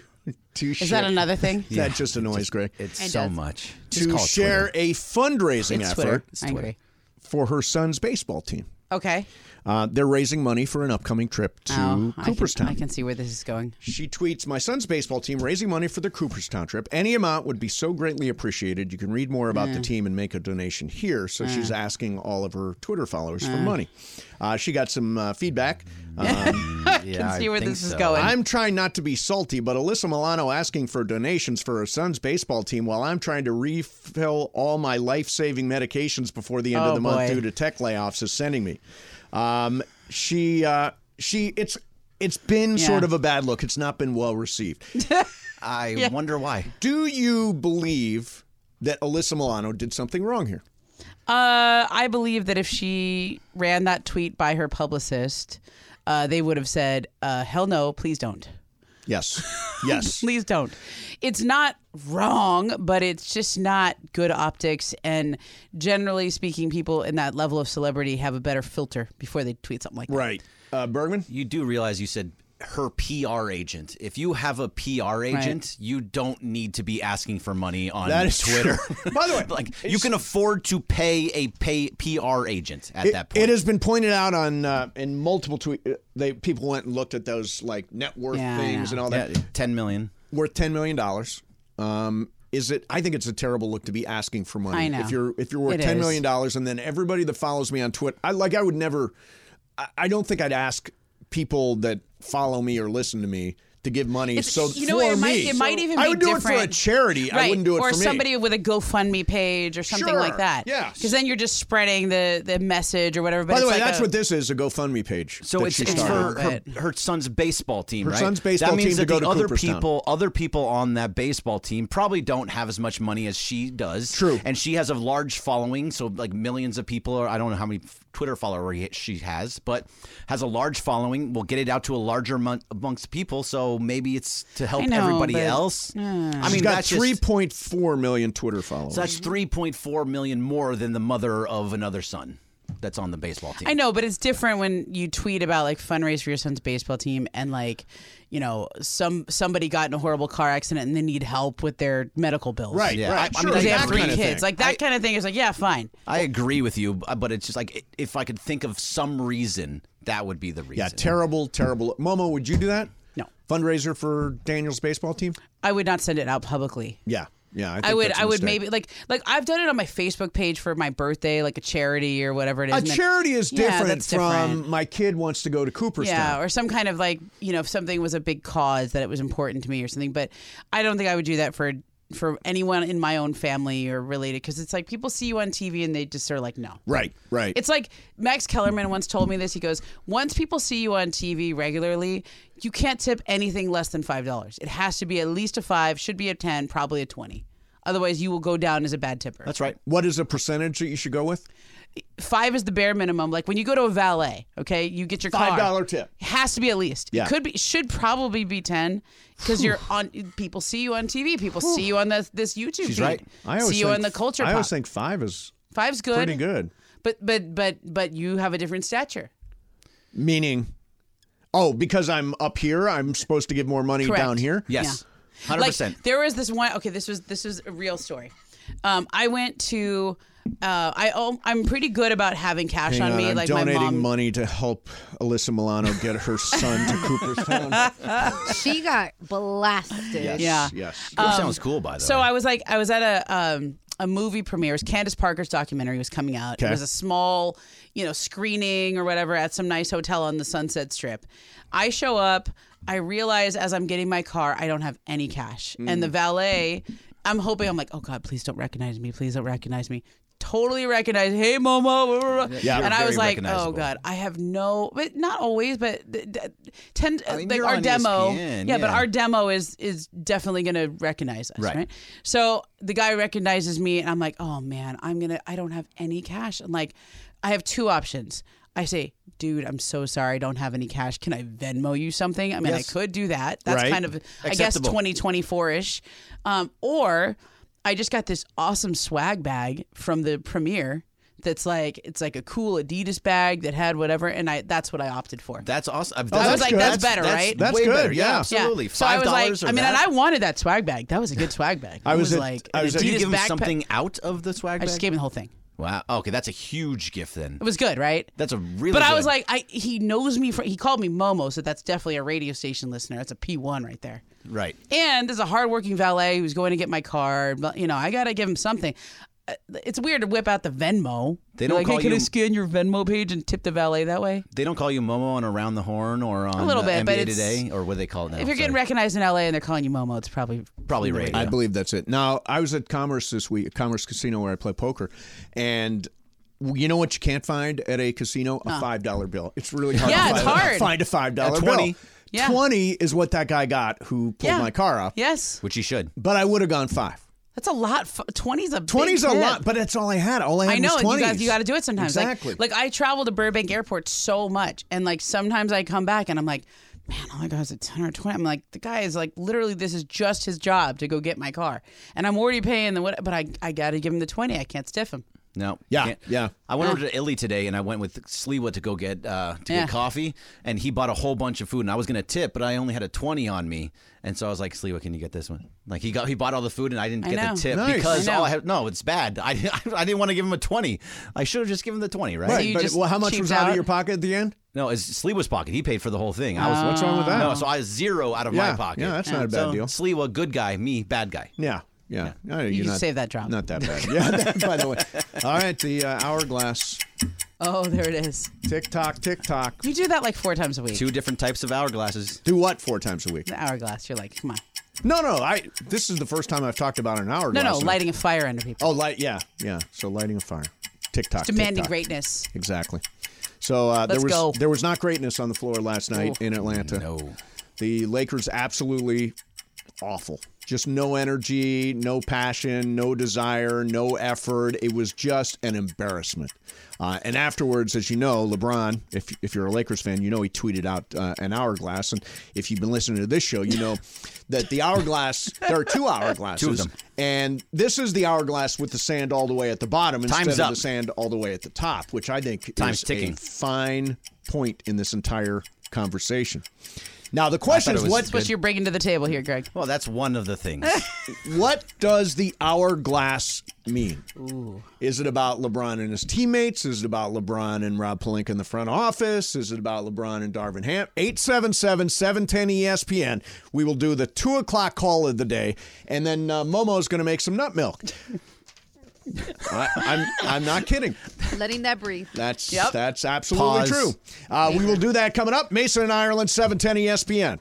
Speaker 4: to
Speaker 9: Is
Speaker 4: share-
Speaker 9: that another
Speaker 3: <laughs>
Speaker 9: thing?
Speaker 4: that just annoys Greg. It's
Speaker 9: It so does.
Speaker 3: much.
Speaker 9: Just
Speaker 4: To
Speaker 9: call it
Speaker 4: share
Speaker 9: Twitter.
Speaker 4: a fundraising
Speaker 9: It's Twitter.
Speaker 4: effort
Speaker 9: It's I Twitter. agree.
Speaker 4: for her son's baseball team.
Speaker 9: Okay.
Speaker 4: Uh, they're raising money for an upcoming trip to
Speaker 9: Oh, I can-
Speaker 4: Cooperstown.
Speaker 9: I can see where this is going.
Speaker 4: She tweets, My son's baseball team raising money for their Cooperstown trip. Any amount would be so greatly appreciated. You can read more about the
Speaker 14: Mm.
Speaker 4: team and make a donation here. So
Speaker 14: Mm.
Speaker 4: she's asking all of her Twitter followers for
Speaker 14: Mm.
Speaker 4: money. Uh, she got some uh,
Speaker 9: <laughs>
Speaker 4: feedback. Um,
Speaker 9: I can see where this is going.
Speaker 4: I'm trying not to be salty, but Alyssa Milano asking for donations for her son's baseball team while I'm trying to refill all my life saving medications before the end
Speaker 14: Oh,
Speaker 4: of the month
Speaker 14: boy.
Speaker 4: due to tech layoffs is sending me. Um, she, uh, she, it's, it's been
Speaker 14: Yeah.
Speaker 4: sort of a bad look. It's not been well received.
Speaker 14: <laughs>
Speaker 3: I wonder why.
Speaker 4: Do you believe that Alyssa Milano did something wrong here?
Speaker 9: Uh, I believe that if she ran that tweet by her publicist, uh, they would have said, uh, "Hell no, please don't."
Speaker 14: <laughs>
Speaker 4: Yes. Yes.
Speaker 9: please don't. It's not wrong, but it's just not good optics. And generally speaking, people in that level of celebrity have a better filter before they tweet something like that.
Speaker 4: Right. Uh, Bergman?
Speaker 3: You do realize you said her PR agent. If you have a PR agent, you don't need to be asking for money on
Speaker 4: That is
Speaker 3: Twitter.
Speaker 4: By the way,
Speaker 3: <laughs> like you can afford to pay a pay PR agent at
Speaker 4: it,
Speaker 3: that point.
Speaker 4: it has been pointed out on uh, in multiple tweet. uh, They people went and looked at those like net worth
Speaker 3: Yeah, I
Speaker 4: things and
Speaker 3: know.
Speaker 4: all that.
Speaker 3: Yeah, Ten million
Speaker 4: worth ten million dollars. Um, is it? I think it's a terrible look to be asking for money.
Speaker 9: I know.
Speaker 4: If you're if you're
Speaker 9: It
Speaker 4: worth ten million
Speaker 9: is.
Speaker 4: dollars, and then everybody that follows me on Twitter, I like I would never. I, I don't think I'd ask people that follow me or listen to me to give money.
Speaker 9: It's-
Speaker 4: so
Speaker 9: you know
Speaker 4: for
Speaker 9: what, it might-
Speaker 4: me,
Speaker 9: it might even
Speaker 4: I
Speaker 9: be
Speaker 4: would do it for a
Speaker 9: different.
Speaker 4: charity. I
Speaker 9: Right,
Speaker 4: wouldn't do it
Speaker 9: or
Speaker 4: for me.
Speaker 9: somebody with a GoFundMe page or something
Speaker 4: Sure,
Speaker 9: like that.
Speaker 4: yeah.
Speaker 9: because then you're just spreading the, the message or whatever. But
Speaker 4: By the
Speaker 9: it's
Speaker 4: way,
Speaker 9: like
Speaker 4: that's
Speaker 9: a-
Speaker 4: what this is a GoFundMe page.
Speaker 3: So
Speaker 4: that
Speaker 3: it's,
Speaker 4: she
Speaker 3: it's
Speaker 4: started.
Speaker 3: for her, her son's baseball team,
Speaker 4: Oh, Her
Speaker 3: right?
Speaker 4: son's baseball
Speaker 3: that means that
Speaker 4: team to go
Speaker 3: the
Speaker 4: to
Speaker 3: other
Speaker 4: Cooperstown.
Speaker 3: people, other people on that baseball team, probably don't have as much money as she does.
Speaker 4: True,
Speaker 3: and she has a large following, so like millions of people. Or I don't know how many Twitter followers she has, but has a large following. Will get it out to a larger mon- amongst people, so maybe it's to help
Speaker 9: I know,
Speaker 3: everybody
Speaker 9: but-
Speaker 3: else.
Speaker 9: Yeah.
Speaker 3: I
Speaker 4: She's
Speaker 3: mean,
Speaker 4: got
Speaker 3: that's just-
Speaker 4: three point four million Twitter followers.
Speaker 3: so that's three point four million more than the mother of another son that's on the baseball team.
Speaker 9: I know, but it's different when you tweet about like fundraise for your son's baseball team and like, you know, some somebody got in a horrible car accident and they need help with their medical bills.
Speaker 3: Right, Yeah. right,
Speaker 9: I,
Speaker 3: sure,
Speaker 9: mean, they
Speaker 3: that
Speaker 9: have three
Speaker 3: kind of
Speaker 9: kids.
Speaker 3: thing.
Speaker 9: Like that kind of thing is like, yeah, fine.
Speaker 3: I agree with you, b- but it's just like i- if I could think of some reason, that would be the reason.
Speaker 4: Yeah, terrible, terrible. Momo, would you do that?
Speaker 9: No.
Speaker 4: Fundraiser for Daniel's baseball team?
Speaker 9: I would not send it out publicly.
Speaker 4: Yeah. Yeah. I, think
Speaker 9: I, would
Speaker 4: that's a
Speaker 9: I would
Speaker 4: mistake.
Speaker 9: maybe like like I've done it on my Facebook page for my birthday, like a charity or whatever it is.
Speaker 4: A
Speaker 9: and then-
Speaker 4: charity is
Speaker 9: Yeah,
Speaker 4: different
Speaker 9: that's
Speaker 4: from
Speaker 9: different.
Speaker 4: my kid wants to go to Cooperstown.
Speaker 9: Yeah, or some kind of like you know, if something was a big cause that it was important to me or something. But I don't think I would do that for for anyone in my own family or related because it's like people see you on TV and they just are like, no.
Speaker 4: Right, right.
Speaker 9: It's like Max Kellerman once told me this. He goes, once people see you on TV regularly, you can't tip anything less than five dollars. It has to be at least a five, should be a ten, probably a twenty. Otherwise, you will go down as a bad tipper.
Speaker 3: That's right.
Speaker 4: What is a percentage that you should go with?
Speaker 9: Five is the bare minimum. Like when you go to a valet, okay, you get your car.
Speaker 4: $5 tip.
Speaker 9: It has to be at least.
Speaker 4: Yeah.
Speaker 9: It could be should probably be ten because you're on. People see you on TV. People see you on this this YouTube. feed.
Speaker 4: I always
Speaker 9: see you
Speaker 4: think-
Speaker 9: on the culture.
Speaker 4: I
Speaker 9: pop.
Speaker 4: always think five is
Speaker 9: five's good.
Speaker 4: pretty good.
Speaker 9: But but but but you have a different stature.
Speaker 4: Meaning, oh, because I'm up here, I'm supposed to give more money
Speaker 9: Correct.
Speaker 4: down here?
Speaker 9: Yes.
Speaker 4: Hundred percent.
Speaker 9: Like, there was this one. Okay, this was this was a real story. Um, I went to. Uh, I oh, I'm pretty good about having cash
Speaker 4: Hang
Speaker 9: on,
Speaker 4: on,
Speaker 9: me.
Speaker 4: I'm
Speaker 9: like my
Speaker 4: donating
Speaker 9: mom.
Speaker 4: money to help Alyssa Milano get her son
Speaker 9: <laughs>
Speaker 4: to Cooperstown.
Speaker 13: she got blasted.
Speaker 4: Yes,
Speaker 9: yeah.
Speaker 4: yes.
Speaker 9: Um, So
Speaker 13: I
Speaker 9: I was like, I was at a um, a movie premiere. It was Candace Parker's documentary was coming out.
Speaker 13: Okay.
Speaker 9: It was a small, you know, screening or whatever at some nice hotel on the Sunset Strip. I show up. I realize as I'm getting my car, I don't have any
Speaker 3: Hmm.
Speaker 9: cash, and the valet. I'm hoping I'm like, oh God, please don't recognize me. Please don't recognize me. totally recognized. Hey, Momo. <laughs>
Speaker 3: Yeah,
Speaker 9: and
Speaker 3: you're
Speaker 9: I was
Speaker 3: very
Speaker 9: like, oh
Speaker 3: recognizable.
Speaker 9: god, I have no, but not always, but th- th- tend
Speaker 3: mean,
Speaker 9: like
Speaker 3: you're
Speaker 9: our
Speaker 3: on E
Speaker 9: demo.
Speaker 3: ESPN,
Speaker 9: yeah, but
Speaker 3: yeah.
Speaker 9: our demo is is definitely gonna recognize us,
Speaker 3: Right.
Speaker 9: right? So the guy recognizes me, and I'm like, oh man, I'm gonna, I don't have any cash. I'm like, I have two options. I say, dude, I'm so sorry, I don't have any cash. Can I Venmo you something? I mean,
Speaker 3: Yes.
Speaker 9: I could do that. That's
Speaker 3: Right.
Speaker 9: kind of, I guess,
Speaker 3: Acceptable.
Speaker 9: 2024 ish. Um, or I just got this awesome swag bag from the premiere. That's like it's like a cool Adidas bag that had whatever, and I that's what I opted for.
Speaker 3: That's awesome.
Speaker 9: I was
Speaker 3: that's
Speaker 9: like,
Speaker 3: good.
Speaker 9: that's,
Speaker 3: That's-
Speaker 9: better,
Speaker 3: that's
Speaker 9: right?
Speaker 3: That's way good, better. yeah. yeah. Absolutely.
Speaker 9: So I was like,
Speaker 3: $5 or
Speaker 9: I mean,
Speaker 3: that?
Speaker 9: and I wanted that swag bag. That was a good swag bag.
Speaker 3: I
Speaker 9: It
Speaker 3: was at-
Speaker 9: like,
Speaker 3: I
Speaker 9: an
Speaker 3: was at-
Speaker 9: Adidas
Speaker 3: Did you give him
Speaker 9: backpack-
Speaker 3: something out of the swag
Speaker 9: I just
Speaker 3: bag?
Speaker 9: gave him the whole thing.
Speaker 3: Wow. Okay, that's a huge gift then.
Speaker 9: It was good, right?
Speaker 3: That's a really.
Speaker 9: but I
Speaker 3: good-
Speaker 9: was like, I he knows me for he called me Momo, so that's definitely a radio station listener. That's a P one right there.
Speaker 3: right.
Speaker 9: And there's a hardworking valet who's going to get my car. But you know, I gotta give him something. Uh, It's weird to whip out the Venmo.
Speaker 3: They
Speaker 9: You're
Speaker 3: don't
Speaker 9: like,
Speaker 3: call
Speaker 9: hey, can
Speaker 3: you-
Speaker 9: I scan your Venmo page and tip the valet that way?
Speaker 3: They don't call you Momo on Around the Horn or on
Speaker 9: little
Speaker 3: uh,
Speaker 9: bit,
Speaker 3: NBA
Speaker 9: but it's-
Speaker 3: Today or what do they call it now.
Speaker 9: if you're getting recognized in LA and they're calling you Momo, it's probably
Speaker 3: Probably
Speaker 9: from the
Speaker 3: radio.
Speaker 4: I believe that's it. Now, I was at Commerce this week, at Commerce Casino, where I play poker, and you know what you can't find at a casino? A
Speaker 9: Huh.
Speaker 4: five dollar bill. It's really hard.
Speaker 9: Yeah,
Speaker 4: to
Speaker 9: it's
Speaker 4: find,
Speaker 9: hard.
Speaker 4: find a five dollar
Speaker 9: A
Speaker 4: bill.
Speaker 9: 20. Yeah.
Speaker 4: Twenty is what that guy got who pulled
Speaker 9: Yeah.
Speaker 4: my car off.
Speaker 9: Yes,
Speaker 3: which he should.
Speaker 4: But I would have gone five.
Speaker 9: That's a lot. Twenty's a big
Speaker 4: 20's a
Speaker 9: tip.
Speaker 4: lot, but that's all I had. All I had
Speaker 9: I know,
Speaker 4: was
Speaker 9: and
Speaker 4: 20s.
Speaker 9: you guys, you got to do it sometimes. Like-
Speaker 4: Exactly.
Speaker 9: Like, I travel to Burbank Airport so much, and like sometimes I come back and I'm like, man, all I got is a ten or twenty. I'm like, the guy is like, literally, this is just his job to go get my car, and I'm already paying the what, but I I got to give him the twenty. I can't stiff him.
Speaker 3: No.
Speaker 4: Yeah,
Speaker 3: can't.
Speaker 4: yeah.
Speaker 3: I went
Speaker 9: Yeah.
Speaker 3: over to Italy today, and I went with Sliwa to go get uh, to
Speaker 9: Yeah.
Speaker 3: get coffee, and he bought a whole bunch of food, and I was gonna tip, but I only had a twenty on me, and so I was like, Sliwa, can you get this one? Like he got he bought all the food, and I didn't
Speaker 9: I
Speaker 3: get
Speaker 9: know.
Speaker 3: the tip
Speaker 9: Nice.
Speaker 3: because
Speaker 9: I know.
Speaker 3: all I had no, it's bad. <laughs> I I didn't want to give him a twenty. I should have just given him the twenty, right?
Speaker 4: Right, but well, how much was out of your pocket at the end?
Speaker 3: No, it's Sliwa's pocket. He paid for the whole thing. I was
Speaker 4: What's wrong with that?
Speaker 9: Oh,
Speaker 3: No, so I was zero out of
Speaker 4: Oh, Yeah,
Speaker 3: my pocket.
Speaker 4: yeah, that's not a bad
Speaker 3: So,
Speaker 4: deal.
Speaker 3: Sliwa, good guy. Me, bad guy.
Speaker 4: Yeah. Yeah. No,
Speaker 9: You
Speaker 4: you're
Speaker 9: can
Speaker 4: not-
Speaker 9: save that drop.
Speaker 4: Not that bad. <laughs> Yeah, that- by the way. All right, the uh, hourglass.
Speaker 9: Oh, there it is.
Speaker 4: Tick tock, tick tock.
Speaker 9: You do that like four times a week.
Speaker 3: Two different types of hourglasses.
Speaker 4: Do what four times a week?
Speaker 9: The hourglass. You're like, come on.
Speaker 4: No, no. I. This is the first time I've talked about an hourglass.
Speaker 9: No, no, lighting a fire under people.
Speaker 4: Oh, light. Yeah, yeah. So lighting a fire. Tick tock. tick
Speaker 9: demanding
Speaker 4: tock.
Speaker 9: greatness.
Speaker 4: Exactly. So uh, there
Speaker 9: Let's
Speaker 4: was
Speaker 9: go.
Speaker 4: there was not greatness on the floor last night in Atlanta.
Speaker 3: No.
Speaker 4: The Lakers absolutely awful. Just no energy, no passion, no desire, no effort. It was just an embarrassment. Uh, and afterwards, as you know, LeBron, if, if you're a Lakers fan, you know he tweeted out uh, an hourglass. And if you've been listening to this show, you know that the hourglass, there are two hourglasses.
Speaker 3: Two of them.
Speaker 4: And this is the hourglass with the sand all the way at the bottom instead
Speaker 3: Time's
Speaker 4: of
Speaker 3: up.
Speaker 4: the sand all the way at the top, which I think
Speaker 3: Time's
Speaker 4: is
Speaker 3: ticking.
Speaker 4: a fine point in this entire conversation. Now the question
Speaker 3: it
Speaker 4: is,
Speaker 3: was
Speaker 4: what
Speaker 9: That's what you're bringing to the table here, Greg.
Speaker 3: Well, that's one of the things.
Speaker 4: what does the hourglass mean? Is it about LeBron and his teammates? Is it about LeBron and Rob Palinka in the front office? Is it about LeBron and Darvin Ham? 877 710 ESPN. We will do the two o'clock call of the day, and then uh, Momo's going to make some
Speaker 3: <laughs>
Speaker 4: nut milk. I, I'm, I'm not kidding.
Speaker 13: Letting that breathe.
Speaker 4: That's
Speaker 13: Yep.
Speaker 4: that's absolutely
Speaker 13: Pause.
Speaker 4: true. Uh, we will do that coming up. Mason and Ireland, 710 ESPN.